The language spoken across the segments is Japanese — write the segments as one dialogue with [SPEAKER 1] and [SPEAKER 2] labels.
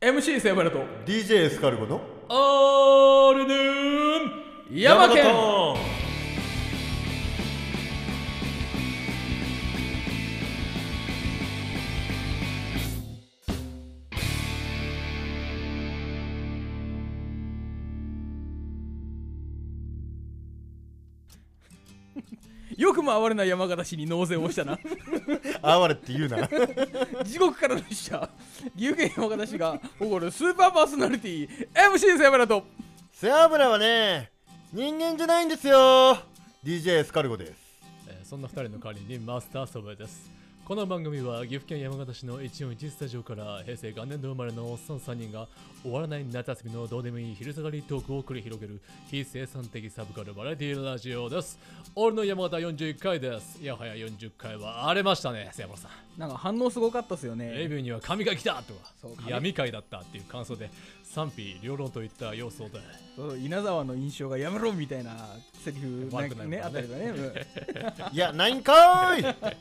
[SPEAKER 1] MC セバルト
[SPEAKER 2] DJ エスカルゴの
[SPEAKER 1] オールヌーン山県よくも哀れない山形市に納税をしたな
[SPEAKER 2] 哀れって言うな
[SPEAKER 1] 地獄からの使者岐阜県山形市が誇るスーパーパーソナリティ MC セバルト
[SPEAKER 2] 背脂はね人間じゃないんですよ DJ エスカルゴです
[SPEAKER 3] えーそんな2人の代わりにマスターソブです。この番組は岐阜県山形市の141スタジオから平成元年度生まれのおっさん3人が終わらない夏休みのどうでもいい昼下がりトークを繰り広げる非生産的サブカルバラエティラジオです。俺の山形41回です。いやはや40回は荒れましたね、セ山さん。
[SPEAKER 1] なんか反応すごかったっすよ
[SPEAKER 3] レ
[SPEAKER 1] ね
[SPEAKER 3] ビューには神が来たとか
[SPEAKER 1] そう神
[SPEAKER 3] 闇会だったっていう感想で賛否両論といった要素で
[SPEAKER 1] そう稲沢の印象がやめろみたいなセリフなん
[SPEAKER 3] 悪く
[SPEAKER 1] か
[SPEAKER 3] な
[SPEAKER 1] ね
[SPEAKER 3] る
[SPEAKER 1] あ
[SPEAKER 3] か
[SPEAKER 1] った
[SPEAKER 3] ら
[SPEAKER 1] り
[SPEAKER 3] ね
[SPEAKER 1] とかね、うん
[SPEAKER 2] いやないんかー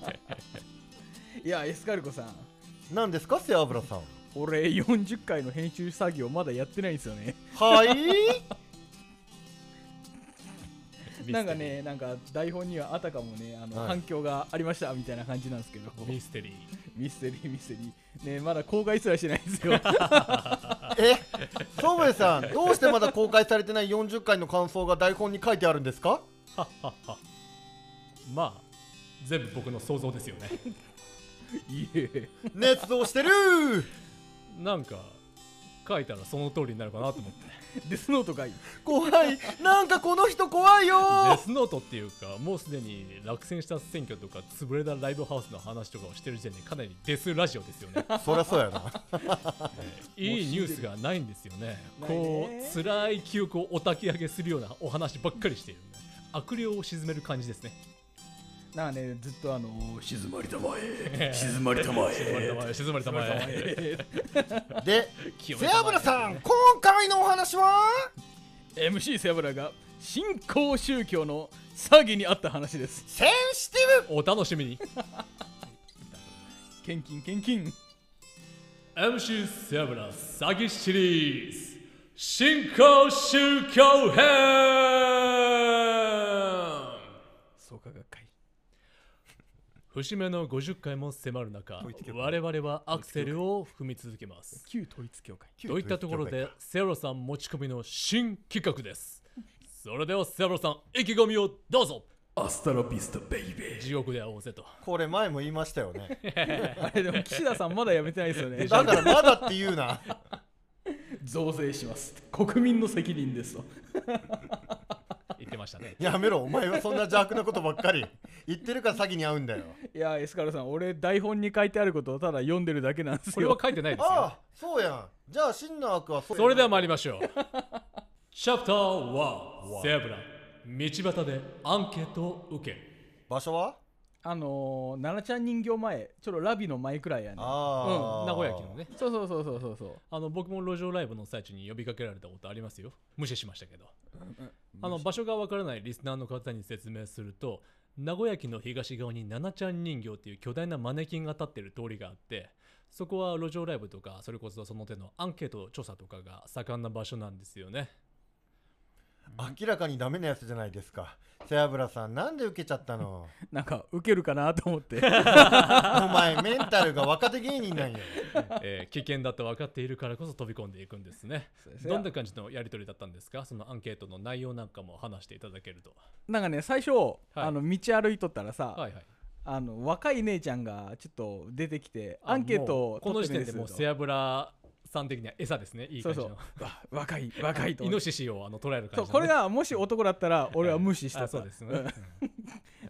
[SPEAKER 1] いやエスカルコさん
[SPEAKER 2] いなんですか背脂さん
[SPEAKER 1] 俺40回の編集作業まだやってないんですよね
[SPEAKER 2] はい
[SPEAKER 1] なんかねなんか台本にはあたかもねあの、
[SPEAKER 2] はい
[SPEAKER 1] 反響がありましたみたいな感じなんですけど
[SPEAKER 3] ミステリー
[SPEAKER 1] ミステリーミステリーねまだ公開すらしてないんです よ
[SPEAKER 2] えソブエさんどうしてまだ公開されてない40回の感想が台本に書いてあるんですか
[SPEAKER 3] はっはっはまあ全部僕の想像ですよね
[SPEAKER 1] いえ
[SPEAKER 2] 捏造してる
[SPEAKER 3] なんか書いたらその通りになるかなと思って
[SPEAKER 1] デスノートかい
[SPEAKER 2] 怖いなんかこの人怖いよ
[SPEAKER 3] デスノートっていうかもうすでに落選した選挙とか潰れたライブハウスの話とかをしてる時点でかなりデスラジオですよ ね
[SPEAKER 2] そりゃそうやな
[SPEAKER 3] いいニュースがないんですよね
[SPEAKER 1] ない
[SPEAKER 3] こ
[SPEAKER 1] ね
[SPEAKER 3] う辛い記憶をお焚き上げするようなお話ばっかりしているんで悪霊を鎮める感じですね
[SPEAKER 1] なんかねずっとあの静まりたまえ
[SPEAKER 3] 静まりたまえ静まりたまえ
[SPEAKER 2] で
[SPEAKER 3] 清
[SPEAKER 2] 背
[SPEAKER 3] めたまえ
[SPEAKER 2] 脂さん今回のお話は
[SPEAKER 1] MC セブラが新興宗教の詐欺にあった話です
[SPEAKER 2] センシティブ
[SPEAKER 3] お楽しみに
[SPEAKER 1] 献金献金
[SPEAKER 3] MC セブラ詐欺シリーズ新興宗教編
[SPEAKER 1] 創価学会
[SPEAKER 3] 節目の50回も迫る中
[SPEAKER 2] 統一教会
[SPEAKER 3] 我々はアクセルを踏み続けます
[SPEAKER 1] 旧統一教会
[SPEAKER 3] といったところでセブラさん持ち込みの新企画ですそれではセブラさん意気込みをどうぞ
[SPEAKER 1] アスタラビスタベイベー
[SPEAKER 3] 地獄で会おうぜと
[SPEAKER 2] これ前も言いましたよね
[SPEAKER 1] あれでも岸田さ んまだやめてないですよね
[SPEAKER 2] だからまだって言うな
[SPEAKER 1] 増税します国民の責任ですと
[SPEAKER 3] 言ってましたね
[SPEAKER 2] やめろお前はそんな邪悪なことばっかり言ってるから詐欺に遭うんだよ
[SPEAKER 1] いやエスカルさん俺台本に書いてあることをただ読んでるだけなんですよ
[SPEAKER 3] これは書いてない ですよ
[SPEAKER 2] ああそうやんじゃあ真の悪はそ
[SPEAKER 3] それでは参りましょう。チャプター1、セブラ、道端でアンケートを受け。
[SPEAKER 2] 場所は
[SPEAKER 1] あのー、奈々ちゃん人形前ちょっとラビの前くらいやね
[SPEAKER 2] ああ、
[SPEAKER 3] 名古屋駅のね。
[SPEAKER 1] そうそうそうそうそうそう
[SPEAKER 3] あの僕も路上ライブの最中に呼びかけられたことありますよ。無視しましたけど。あの場所がわからないリスナーの方に説明すると、名古屋駅の東側にナナちゃん人形っていう巨大なマネキンが立ってる通りがあって、そこは路上ライブとか、それこそその手のアンケート調査とかが盛んな場所なんですよね。
[SPEAKER 2] 明らかにダメなやつじゃないですか背脂さんなんで受けちゃった の
[SPEAKER 1] なんかウケるかなと思って
[SPEAKER 2] お前メンタルが若手芸人なんよ
[SPEAKER 3] えー危険だと分かっているからこそ飛び込んでいくんですね
[SPEAKER 1] うで。すね
[SPEAKER 3] どんな感じのやり取りだったんですかそのアンケートの内容なんかも話していただけると。
[SPEAKER 1] なんかね最初、あの道歩いとったらさ、
[SPEAKER 3] はいはい。
[SPEAKER 1] あの若い姉ちゃんがちょっと出てきてアンケートを
[SPEAKER 3] あもうこの
[SPEAKER 1] 取っ
[SPEAKER 3] 時
[SPEAKER 1] てる
[SPEAKER 3] 点
[SPEAKER 1] んで
[SPEAKER 3] です
[SPEAKER 1] よ
[SPEAKER 3] もう背脂さん的には餌ですね。いい
[SPEAKER 1] そ
[SPEAKER 3] 感
[SPEAKER 1] うそ
[SPEAKER 3] じの。
[SPEAKER 1] うわ若い若いと
[SPEAKER 3] イ
[SPEAKER 1] 思
[SPEAKER 3] ノ
[SPEAKER 1] って
[SPEAKER 3] シシをあの捉え
[SPEAKER 1] そう
[SPEAKER 3] る感じのね、
[SPEAKER 1] これがもし男だったら俺は無視した
[SPEAKER 3] あ
[SPEAKER 1] と
[SPEAKER 3] そうですね。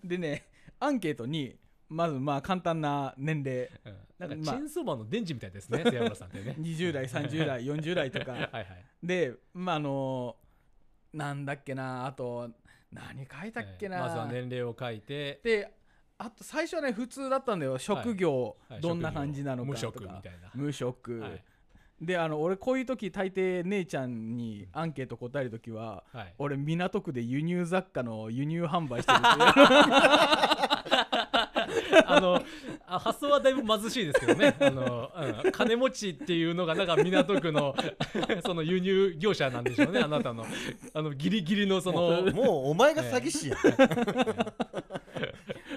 [SPEAKER 1] でねアンケートにまずまあ簡単な年齢
[SPEAKER 3] うんうんなん
[SPEAKER 1] ま
[SPEAKER 3] か
[SPEAKER 1] あ。
[SPEAKER 3] チェーンソーマンのデンジみたいですね、背脂さんってね
[SPEAKER 1] 20代30代40代と
[SPEAKER 3] はい
[SPEAKER 1] か
[SPEAKER 3] はい。
[SPEAKER 1] でまああのなんだっけなあと何書いたっけな、
[SPEAKER 3] えーまずは年齢を書いて、
[SPEAKER 1] であと最初はね普通だったんだよ職業、
[SPEAKER 3] は い
[SPEAKER 1] どんな感じなのかとか
[SPEAKER 3] 職業無職みたいな
[SPEAKER 1] 無職
[SPEAKER 3] はい
[SPEAKER 1] であの俺こういう時大抵姉ちゃんにアンケート答える時は、
[SPEAKER 3] はい
[SPEAKER 1] 俺 港区で輸入雑貨の輸入販売してるって
[SPEAKER 3] あのあ発想はだいぶ貧しいですけどねあの、うん、金持ちっていうのがなんか港区の その輸入業者なんでしょうねあなたのあのギリギリのそ の
[SPEAKER 2] もうお前が詐欺師や、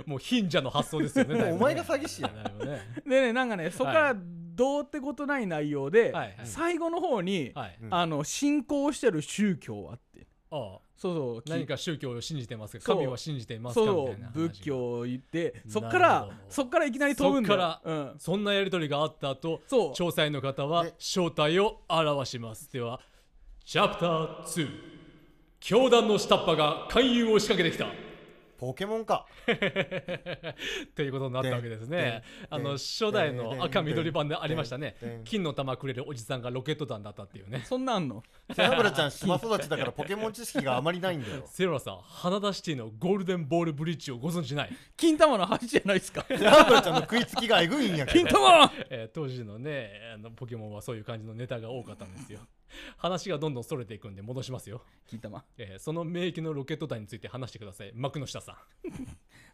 [SPEAKER 3] もう貧者の発想ですよねだいぶ
[SPEAKER 2] もう
[SPEAKER 3] ね
[SPEAKER 2] お前が詐欺師や
[SPEAKER 3] だいぶね
[SPEAKER 1] でねなんかねそこか
[SPEAKER 3] は
[SPEAKER 1] らどうってことない内容で、
[SPEAKER 3] はいはい
[SPEAKER 1] 最後の方に、
[SPEAKER 3] はい
[SPEAKER 2] うん
[SPEAKER 1] あの信仰してる宗教あって
[SPEAKER 3] ああ
[SPEAKER 1] そうそうき
[SPEAKER 3] 何か宗教を信じてますか
[SPEAKER 1] そう
[SPEAKER 3] 神は信じていますかみ
[SPEAKER 1] そ
[SPEAKER 3] た
[SPEAKER 1] う
[SPEAKER 3] いな話が
[SPEAKER 1] 仏教を言ってそっか
[SPEAKER 3] な
[SPEAKER 1] ら
[SPEAKER 3] るほど
[SPEAKER 1] そっからいきなり飛ぶんだよ
[SPEAKER 3] そっか
[SPEAKER 1] うん、
[SPEAKER 3] そんなやり取りがあった後
[SPEAKER 1] そう
[SPEAKER 3] 調査員の方は
[SPEAKER 2] え
[SPEAKER 3] 正体を表しますではチャプター2教団の下っ端が勧誘を仕掛けてきた
[SPEAKER 2] ポケモンか
[SPEAKER 3] ということになったわけですね。
[SPEAKER 2] で
[SPEAKER 3] あの
[SPEAKER 2] で
[SPEAKER 3] 初代の赤
[SPEAKER 2] で
[SPEAKER 3] 緑版でありましたね
[SPEAKER 2] でで。
[SPEAKER 3] 金の玉くれるおじさんがロケット弾だったっていうね。
[SPEAKER 1] そんなんあんの
[SPEAKER 2] 背脂ちゃん島育ちだ からポケモン知識があまりないんだよ
[SPEAKER 3] セロラさん、花田シティのゴールデンボールブリッジをご存知ない。
[SPEAKER 1] 金玉の橋じゃないですか
[SPEAKER 2] 背脂ちゃんの食いつきがえぐいんやけ
[SPEAKER 1] 金
[SPEAKER 2] ど
[SPEAKER 1] 玉
[SPEAKER 3] えー当時のね、あのポケモンはそういう感じのネタが多かったんですよ。 話がどんどんそれていくんで戻しますよ。
[SPEAKER 1] 金玉
[SPEAKER 3] えーその名域のロケット弾について話してください。幕の下さん。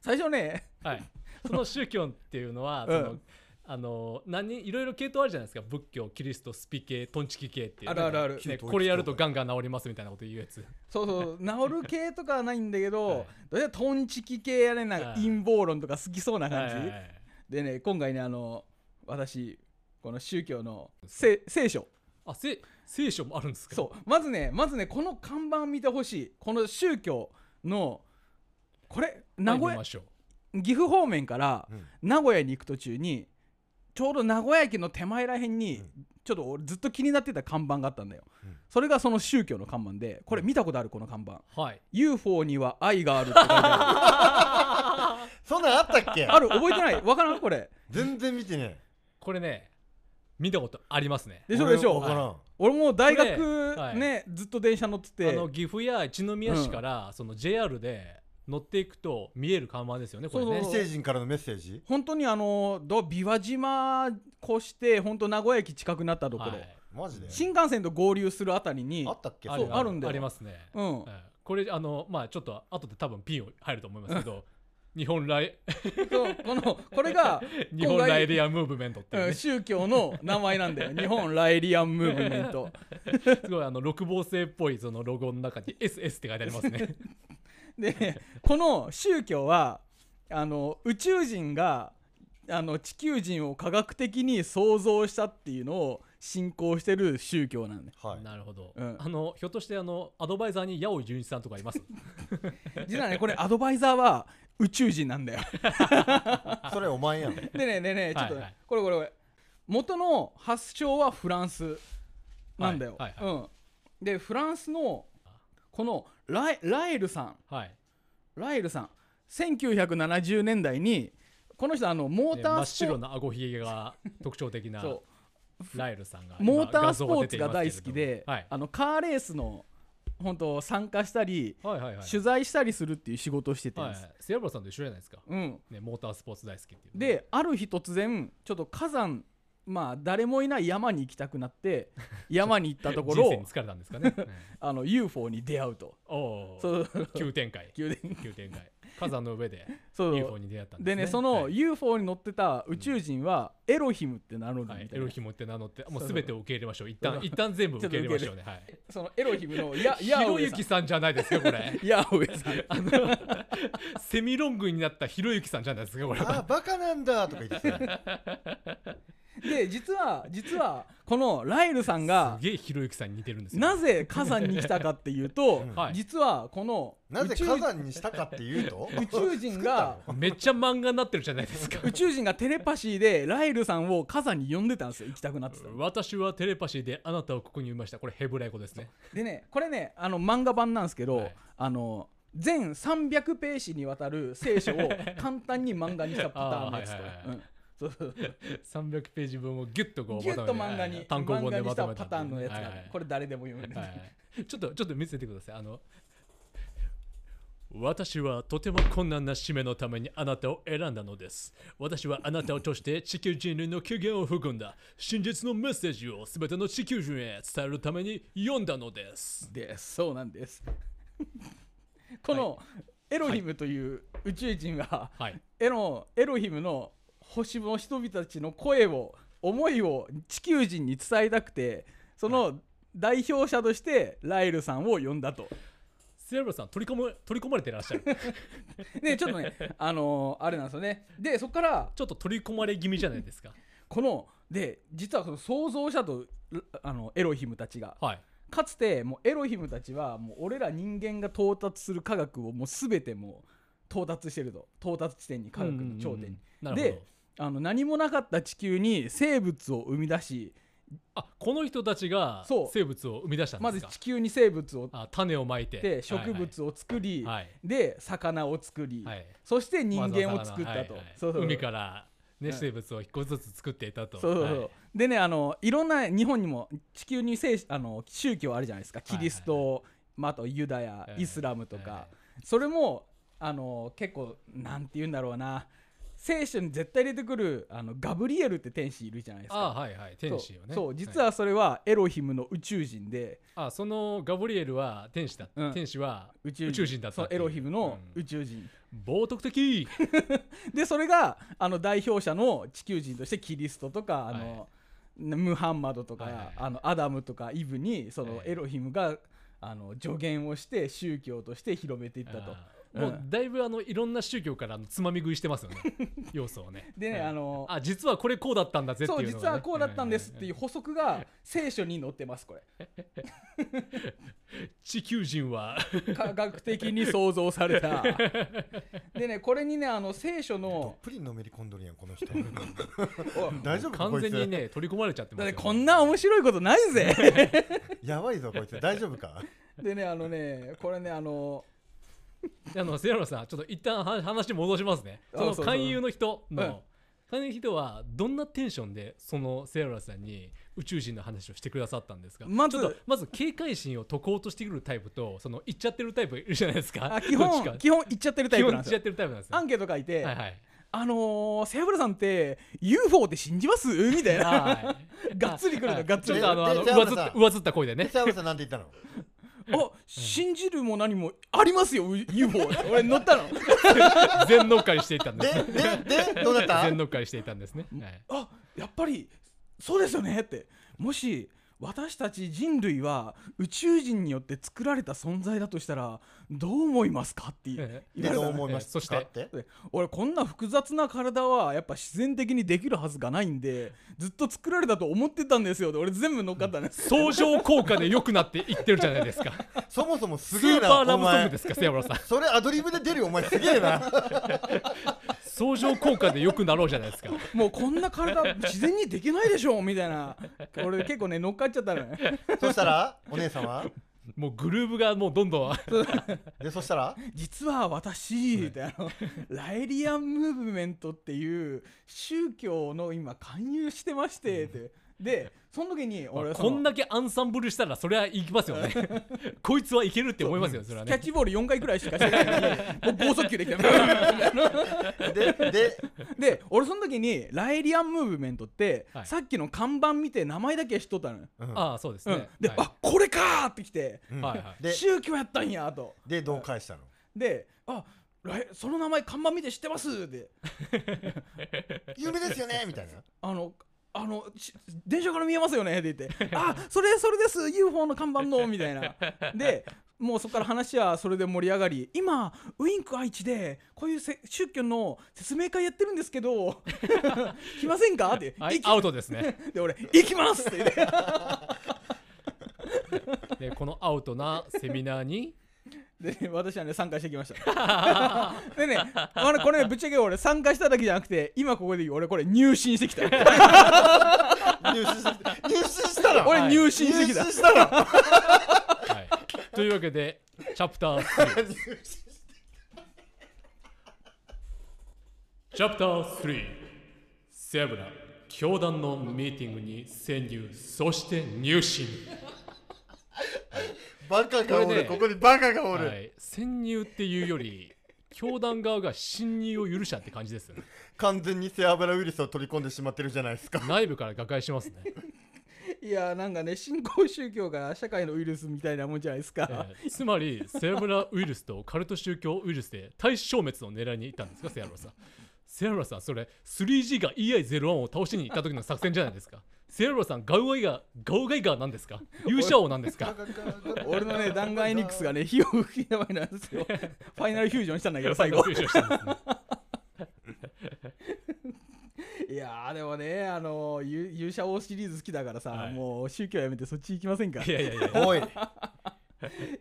[SPEAKER 1] 最初ね
[SPEAKER 3] はい、その宗教っていうの
[SPEAKER 1] う
[SPEAKER 3] は、
[SPEAKER 1] ん
[SPEAKER 3] そのあの何いろいろ系統あるじゃないですか仏教キリストスピ系トンチキ系っていう
[SPEAKER 1] あるあるある
[SPEAKER 3] なんか
[SPEAKER 2] 旧
[SPEAKER 3] ね
[SPEAKER 2] 統一教会
[SPEAKER 3] これやるとガンガン治りますみたいなこと言うやつ
[SPEAKER 1] そうそう治る系とかはないんだけど、
[SPEAKER 3] はい
[SPEAKER 1] どうせトンチキ系やねなんか
[SPEAKER 3] はい
[SPEAKER 1] 陰謀論とか好きそうな
[SPEAKER 3] はい
[SPEAKER 1] 感
[SPEAKER 3] は
[SPEAKER 1] じ、
[SPEAKER 3] いはい
[SPEAKER 1] でね今回ねあの私この宗教のせ聖書
[SPEAKER 3] あせ聖書もあるんですか
[SPEAKER 1] そうまずねまずねこの看板見てほしいこの宗教のこれ名古
[SPEAKER 3] はい見
[SPEAKER 1] 屋
[SPEAKER 3] ましょう
[SPEAKER 1] 岐阜方面から
[SPEAKER 2] うん
[SPEAKER 1] 名古屋に行く途中にちょうど名古屋駅の手前らへんに、
[SPEAKER 2] うん
[SPEAKER 1] ちょっと俺ずっと気になってた看板があったんだよ、
[SPEAKER 2] うん
[SPEAKER 1] それがその宗教の看板でこれ見たことあるこの看板
[SPEAKER 3] はい
[SPEAKER 1] UFO には愛があるって書いてある
[SPEAKER 2] そんなんあったっけ
[SPEAKER 1] ある覚えてないわからんこれ
[SPEAKER 2] 全然見てね
[SPEAKER 3] これね見たことありますね
[SPEAKER 2] え
[SPEAKER 1] でしょでしょ
[SPEAKER 2] 俺わからん
[SPEAKER 1] 俺も大学
[SPEAKER 3] これはい
[SPEAKER 1] ね、ずっと電車乗って
[SPEAKER 3] あ
[SPEAKER 1] て
[SPEAKER 3] の岐阜や一宮市から、その JR で乗っていくと見える看板ですよねこれね
[SPEAKER 1] そう
[SPEAKER 2] 異星人からのメッセージ
[SPEAKER 1] 本当にあのど琵琶島越して本当名古屋駅近くなったところ、
[SPEAKER 3] はい
[SPEAKER 2] マジで
[SPEAKER 1] 新幹線と合流するあたりに
[SPEAKER 2] あったっけ
[SPEAKER 1] そう
[SPEAKER 2] そんなの
[SPEAKER 1] あるんだよ
[SPEAKER 3] ありますね、
[SPEAKER 1] うん
[SPEAKER 3] ええこれあのまあちょっと後で多分ピンを入ると思いますけど日 本来
[SPEAKER 1] そうこのこれが、
[SPEAKER 3] 日本ライディアムーブメントっていう
[SPEAKER 1] う
[SPEAKER 3] ね
[SPEAKER 1] ん
[SPEAKER 3] す
[SPEAKER 1] 宗教の名前なんだよ日本ライリアンムーブメント
[SPEAKER 3] ごいあの六芒星っぽいそのロゴの中に SS って書いてありま すね
[SPEAKER 1] でこの宗教はあの宇宙人があの地球人を科学的に創造したっていうのを信仰してる宗教なんだよ
[SPEAKER 2] はい
[SPEAKER 3] なるほど、
[SPEAKER 1] うん
[SPEAKER 3] あのひょっとしてあのアドバイザーに八尾純一さんと かいます
[SPEAKER 1] 実はねこれアドバイザーは宇宙人なん だよ
[SPEAKER 2] それお前やん
[SPEAKER 1] でねでねちょっとね、
[SPEAKER 3] はいはい
[SPEAKER 1] これこれこれ元の発祥はフランスなんだよ、
[SPEAKER 3] はいはい
[SPEAKER 1] うん、でフランスのこのライラエルさん
[SPEAKER 3] はい
[SPEAKER 1] ラエルさん1970年代にこの人あのモー
[SPEAKER 3] ね
[SPEAKER 1] タ
[SPEAKER 3] 真
[SPEAKER 1] ー
[SPEAKER 3] っ
[SPEAKER 1] スポ
[SPEAKER 3] 白
[SPEAKER 1] ーツ、
[SPEAKER 3] な顎ひげが特徴的な
[SPEAKER 1] そ
[SPEAKER 3] ライルさんが
[SPEAKER 1] う
[SPEAKER 3] 今
[SPEAKER 1] モータースポーツが
[SPEAKER 3] 画像
[SPEAKER 1] 大
[SPEAKER 3] 出
[SPEAKER 1] 好
[SPEAKER 3] て
[SPEAKER 1] き
[SPEAKER 3] いますけれ
[SPEAKER 1] で
[SPEAKER 3] ど、もはい
[SPEAKER 1] あのカーレースの本当参加したり、
[SPEAKER 3] はいはいはい
[SPEAKER 1] 取材したりするっていう仕事をしてて
[SPEAKER 3] はいセアブラさんと一緒じゃないですか、
[SPEAKER 1] うん、
[SPEAKER 3] ね、モータースポーツ大好きっていうね、
[SPEAKER 1] である日突然ちょっと火山まあ誰もいない山に行きたくなって 山に行ったとこ
[SPEAKER 3] 人生
[SPEAKER 1] ろ
[SPEAKER 3] に疲れたんですか ね、うん
[SPEAKER 1] あの UFO に出会うと
[SPEAKER 3] お お
[SPEAKER 1] そう
[SPEAKER 3] 急展開
[SPEAKER 1] 宮殿
[SPEAKER 3] 急展開火山の上で
[SPEAKER 1] そう
[SPEAKER 3] UFO に出会ったんです、
[SPEAKER 1] でねそ
[SPEAKER 3] はい
[SPEAKER 1] の UFO に乗ってた宇宙人はエロヒムって名乗るんだ
[SPEAKER 3] は
[SPEAKER 1] み
[SPEAKER 3] い、
[SPEAKER 1] た
[SPEAKER 3] エ
[SPEAKER 1] いな
[SPEAKER 3] ロヒムって名乗って、も
[SPEAKER 1] そうう
[SPEAKER 3] 全てを受け入れましょう。一
[SPEAKER 1] そ
[SPEAKER 3] 旦
[SPEAKER 1] う
[SPEAKER 3] 一旦全部受け入れましょうね。はい。
[SPEAKER 1] そのエロヒムのや
[SPEAKER 3] ひ
[SPEAKER 1] やお
[SPEAKER 3] ろ
[SPEAKER 1] え
[SPEAKER 3] ゆ
[SPEAKER 1] さ
[SPEAKER 3] きさんじゃないですか、これ。
[SPEAKER 1] んやおえさん
[SPEAKER 3] あの、セミロングになったひろゆきさんじゃないですか、これは。
[SPEAKER 2] あーバカなんだとか言ってた よ
[SPEAKER 1] で実は実はこのライルさんが
[SPEAKER 3] すげえひろゆきさんに似てるんですよ。
[SPEAKER 1] なぜ火山に来たかっていうと
[SPEAKER 2] うん
[SPEAKER 3] はい
[SPEAKER 1] 実はこの
[SPEAKER 2] なぜ
[SPEAKER 1] 宇宙
[SPEAKER 2] 火山にしたかっていうと
[SPEAKER 1] 宇宙人が
[SPEAKER 3] めっちゃ漫画になってるじゃないですか。
[SPEAKER 1] 宇宙人がテレパシーでライルさんを火山に呼んでたんですよ行きたくなってた
[SPEAKER 3] 私はテレパシーであなたをここに産みました。これヘブライ語ですね。
[SPEAKER 1] でねこれねあの漫画版なんですけど、
[SPEAKER 3] はい
[SPEAKER 1] あの全300ページにわたる聖書 を簡単に漫画にしたパターンのやつと
[SPEAKER 3] あーはいはいはい
[SPEAKER 1] うんそうそうそう
[SPEAKER 3] 300ページ分をギュッとこう
[SPEAKER 1] ギュッと
[SPEAKER 3] まと
[SPEAKER 1] 漫
[SPEAKER 3] めては
[SPEAKER 1] 画
[SPEAKER 3] い
[SPEAKER 1] に
[SPEAKER 3] 単行
[SPEAKER 1] 漫画
[SPEAKER 3] 本で
[SPEAKER 1] に
[SPEAKER 3] ま
[SPEAKER 1] し
[SPEAKER 3] と
[SPEAKER 1] た
[SPEAKER 3] めた
[SPEAKER 1] パターンのやつがある、
[SPEAKER 3] はいはい
[SPEAKER 1] これ誰でも読める、
[SPEAKER 3] はい、ちょっとちょっと見せてくださいあの私はとても困難な使命のためにあなたを選んだのです私はあなたを通して地球人類の起源を含んだ真実のメッセージを全ての地球人へ伝えるために読んだのです
[SPEAKER 1] でそうなんです この、エロヒムという宇宙人は
[SPEAKER 3] はい。
[SPEAKER 1] エロエロヒムの星の人々たちの声を思いを地球人に伝えたくてその代表者としてライルさんを呼んだと。
[SPEAKER 3] セレブロさん取り込む取り込まれてらっしゃ る。
[SPEAKER 1] ねちょっと ねあのーあれなんですよね。でそこから
[SPEAKER 3] ちょっと取り込まれ気味じゃないですか。
[SPEAKER 1] こので実はその想像したとルあのエロヒムたちが
[SPEAKER 3] はい。
[SPEAKER 1] かつてもうエロヒムたちはもう俺ら人間が到達する科学をもう全てもう到達してると到達地点に科学の頂点に。
[SPEAKER 3] うんうんうん。なるほ
[SPEAKER 1] で
[SPEAKER 3] ど。
[SPEAKER 1] あの何もなかった地球に生物を生み出し
[SPEAKER 3] あこの人たちが
[SPEAKER 1] そう
[SPEAKER 3] 生物を生み出したん
[SPEAKER 1] ま
[SPEAKER 3] で
[SPEAKER 1] ず
[SPEAKER 3] すか。
[SPEAKER 1] 地球に生物を
[SPEAKER 3] あ種をまいて
[SPEAKER 1] で植物を作り、
[SPEAKER 3] はい
[SPEAKER 1] で魚を作り、
[SPEAKER 3] はいはい
[SPEAKER 1] そして人
[SPEAKER 3] はい
[SPEAKER 1] 間を作ったと。
[SPEAKER 3] わざわざ
[SPEAKER 1] そうそう
[SPEAKER 3] 海からね
[SPEAKER 1] うん
[SPEAKER 3] 生物を一個ずつ作っていたと。
[SPEAKER 1] そうそうそう
[SPEAKER 3] はい
[SPEAKER 1] でねあのいろんな日本にも地球に聖あの宗教あるじゃないですかキリスト、
[SPEAKER 3] はい
[SPEAKER 1] まあ、あとユダヤ、
[SPEAKER 3] はい
[SPEAKER 1] イスラムとか、
[SPEAKER 3] は
[SPEAKER 1] それもあの結構なんて言うんだろうな聖書に絶対出てくるあのガブリエルって天使いるじゃないです
[SPEAKER 3] あ
[SPEAKER 1] か。
[SPEAKER 3] はいはい天使をね。
[SPEAKER 1] そうそう実
[SPEAKER 3] い
[SPEAKER 1] はそれはエロヒムの宇宙人で、
[SPEAKER 3] あそのガブリエルは天使だ。
[SPEAKER 1] うん
[SPEAKER 3] 天使は
[SPEAKER 1] 宇宙人
[SPEAKER 3] 宇宙人だった
[SPEAKER 1] そ
[SPEAKER 3] っ
[SPEAKER 1] う
[SPEAKER 3] てい
[SPEAKER 1] エ
[SPEAKER 3] う
[SPEAKER 1] ロヒムの
[SPEAKER 3] うん
[SPEAKER 1] 宇宙人、
[SPEAKER 3] 冒涜的。
[SPEAKER 1] でそれがあの代表者の地球人としてキリストとかあの、
[SPEAKER 3] は
[SPEAKER 1] ムハンマドとか、
[SPEAKER 3] はいはいはい
[SPEAKER 1] あのアダムとかイブにその
[SPEAKER 3] はい
[SPEAKER 1] エロヒムがあの助言をして宗教として広めていったと。
[SPEAKER 3] あ
[SPEAKER 1] うん
[SPEAKER 3] もうだいぶあのいろんな宗教からのつまみ食いし てますよね要素をね。
[SPEAKER 1] でね、
[SPEAKER 3] うん
[SPEAKER 1] あの
[SPEAKER 3] あ実はこれこうだったんだぜっていう
[SPEAKER 1] そ
[SPEAKER 3] の
[SPEAKER 1] う
[SPEAKER 3] がね
[SPEAKER 1] 実はこうだったんですっていう補足が聖書に載ってますこれ
[SPEAKER 3] 地球人は
[SPEAKER 1] 科学的に想像され たでねこれにねあの聖書の
[SPEAKER 2] プリンのめり 込んどるやんこの人
[SPEAKER 1] お
[SPEAKER 2] 大丈夫かこ
[SPEAKER 3] 完
[SPEAKER 2] い
[SPEAKER 3] 全に
[SPEAKER 2] つ
[SPEAKER 3] ね取り込まれちゃってま
[SPEAKER 1] だっ
[SPEAKER 3] す
[SPEAKER 1] てこ
[SPEAKER 3] よ、ね、
[SPEAKER 1] んな面白いことないぜ
[SPEAKER 2] やばいぞこ いつ大丈夫か
[SPEAKER 1] でねあのねこれねあの
[SPEAKER 3] あの、セラロさん、ちょっと一旦は話戻しますね。
[SPEAKER 1] あ
[SPEAKER 3] その
[SPEAKER 1] そうそう
[SPEAKER 3] 勧誘の人の、
[SPEAKER 1] うん
[SPEAKER 3] 勧誘の人はどんなテンションでそのセラロさんに宇宙人の話をしてくださったんですか
[SPEAKER 1] まず
[SPEAKER 3] ちょっとまず警戒心を解こうとしてくるタイプと、その行っちゃってるタイプいるじゃないですか。
[SPEAKER 1] あ基
[SPEAKER 3] どっちか
[SPEAKER 1] 本基本言っちゃってるタ
[SPEAKER 3] 基
[SPEAKER 1] イプ
[SPEAKER 3] 本
[SPEAKER 1] なん
[SPEAKER 3] 行っ
[SPEAKER 1] です
[SPEAKER 3] ちゃ
[SPEAKER 1] よ
[SPEAKER 3] ってるタイプなんですよ。
[SPEAKER 1] アンケート書いて、
[SPEAKER 3] はいはい。
[SPEAKER 1] あのー、セアブラさんって UFO って信じますみたいな。
[SPEAKER 3] はい
[SPEAKER 1] がっつり来るの
[SPEAKER 3] はい
[SPEAKER 1] がっつ
[SPEAKER 2] り
[SPEAKER 3] ちょっとあの、あの
[SPEAKER 2] でで
[SPEAKER 3] 上
[SPEAKER 2] セ
[SPEAKER 3] ず
[SPEAKER 2] アブラ
[SPEAKER 3] っ
[SPEAKER 2] さん
[SPEAKER 3] 上ずった声でね。
[SPEAKER 2] 北山さんなんて言ったの
[SPEAKER 1] あ、信じるも何もありますよ、う UFO。俺乗ったの。
[SPEAKER 3] 全乗っかりしていった んで。
[SPEAKER 2] ですででどうだった
[SPEAKER 3] 全乗っかりしていたんですね。はい
[SPEAKER 1] あ、やっぱり、そうですよねって。もし、私たち人類は宇宙人によって作られた存在だとしたら、どう思いますかって言わ
[SPEAKER 3] え
[SPEAKER 1] れ
[SPEAKER 2] で
[SPEAKER 1] た
[SPEAKER 2] どう
[SPEAKER 1] の
[SPEAKER 2] 思いまし
[SPEAKER 3] えそして
[SPEAKER 2] たかって
[SPEAKER 1] で俺こんな複雑な体はやっぱ自然的にできるはずがないんでずっと作られたと思ってたんですよで俺全部乗っかったんです
[SPEAKER 3] 相乗効果で良くなっていってるじゃないですか。
[SPEAKER 2] そもそもす
[SPEAKER 3] ス
[SPEAKER 2] げえ
[SPEAKER 3] ー
[SPEAKER 2] な
[SPEAKER 3] パーラ
[SPEAKER 2] お
[SPEAKER 3] ブソングで
[SPEAKER 2] 前
[SPEAKER 3] すか、セアブラさん。
[SPEAKER 2] それアドリブで出るよお前すげえな
[SPEAKER 3] 相乗効果で良くなろうじゃないですか。
[SPEAKER 1] もうこんな体自然にできないでしょみたいな俺結構ね乗っかっちゃ ったのね
[SPEAKER 2] そしたらお姉さんは
[SPEAKER 3] もうグルーブがもうどんどん。
[SPEAKER 2] でそしたら
[SPEAKER 1] 実は私みたいなライリアンムーブメントっていう宗教の今勧誘してましてってでその時に俺はその
[SPEAKER 3] こんだけアンサンブルしたらそれはいきますよね。こいつはいけるって思いますよ、それは
[SPEAKER 1] キャッ
[SPEAKER 3] ね。
[SPEAKER 1] チボール4回くらいしかしてないのにもう剛速球できたみたいな
[SPEAKER 2] でで
[SPEAKER 1] で俺その時にライリアンムーブメントって、
[SPEAKER 3] はい
[SPEAKER 1] さっきの看板見て名前だけ知っとったのよ、
[SPEAKER 2] うん
[SPEAKER 3] ああ、そうです
[SPEAKER 1] うん
[SPEAKER 3] ね。
[SPEAKER 1] で、
[SPEAKER 3] はい
[SPEAKER 1] あこれかーってきて
[SPEAKER 2] うん
[SPEAKER 3] はいはい
[SPEAKER 2] で
[SPEAKER 1] 宗教やったんやと
[SPEAKER 2] でどう返したの
[SPEAKER 1] であライその名前看板見て知ってますって
[SPEAKER 2] 有名です よねみたいな
[SPEAKER 1] あのあのし電車から見えますよねって言ってあそれそれです UFO の看板のみたいなでもうそこから話はそれで盛り上がり今ウインク愛知でこういうせ宗教の説明会やってるんですけど来ませんかって、
[SPEAKER 3] はい
[SPEAKER 1] 行
[SPEAKER 3] アウトですね。
[SPEAKER 1] きで俺行きますって言って
[SPEAKER 3] で、このアウトなセミナーに、
[SPEAKER 1] で、ね、私はね参加してきました でねあのこれねぶっちゃけ俺参加しただけじゃなくて今ここで俺これ入信してきた
[SPEAKER 2] 入手した入手したら
[SPEAKER 1] 俺入信して
[SPEAKER 2] 入
[SPEAKER 1] き
[SPEAKER 2] 手
[SPEAKER 1] た
[SPEAKER 2] したら
[SPEAKER 3] はい、というわけで、チャプター3。チャプター3。セブラ、教団のミーティングに潜入、そして入信。
[SPEAKER 2] バカがお
[SPEAKER 3] これね
[SPEAKER 2] るここにバカがお
[SPEAKER 3] は
[SPEAKER 2] る
[SPEAKER 3] い、潜入っていうより教団側が侵入を許したって感じですよね
[SPEAKER 2] 完全に背脂ウイルスを取り込んでしまってるじゃないですか
[SPEAKER 3] 内部から瓦解しますね
[SPEAKER 1] いやなんかね新興宗教が社会のウイルスみたいなもんじゃないですか、
[SPEAKER 3] えーつまりセラブラウイルスとカルト宗教ウイルスで対消滅の狙いに行ったんですかセラブラさんセラブラさんそれ 3G が EI01 を倒しに行った時の作戦じゃないですかセラブラさんガウガイガーガウガイガーなんですか勇者王なんですか
[SPEAKER 1] 俺のね弾丸エニックスがね 火を吹きながらなんですよファイナルフュージョンしたんだけど最後
[SPEAKER 3] 優勝したんですね
[SPEAKER 1] いやーでもねあのーゆ勇者王シリーズ好きだからさ、
[SPEAKER 3] はい
[SPEAKER 1] もう宗教やめてそっち行きませんか
[SPEAKER 3] いやいやいや
[SPEAKER 2] おい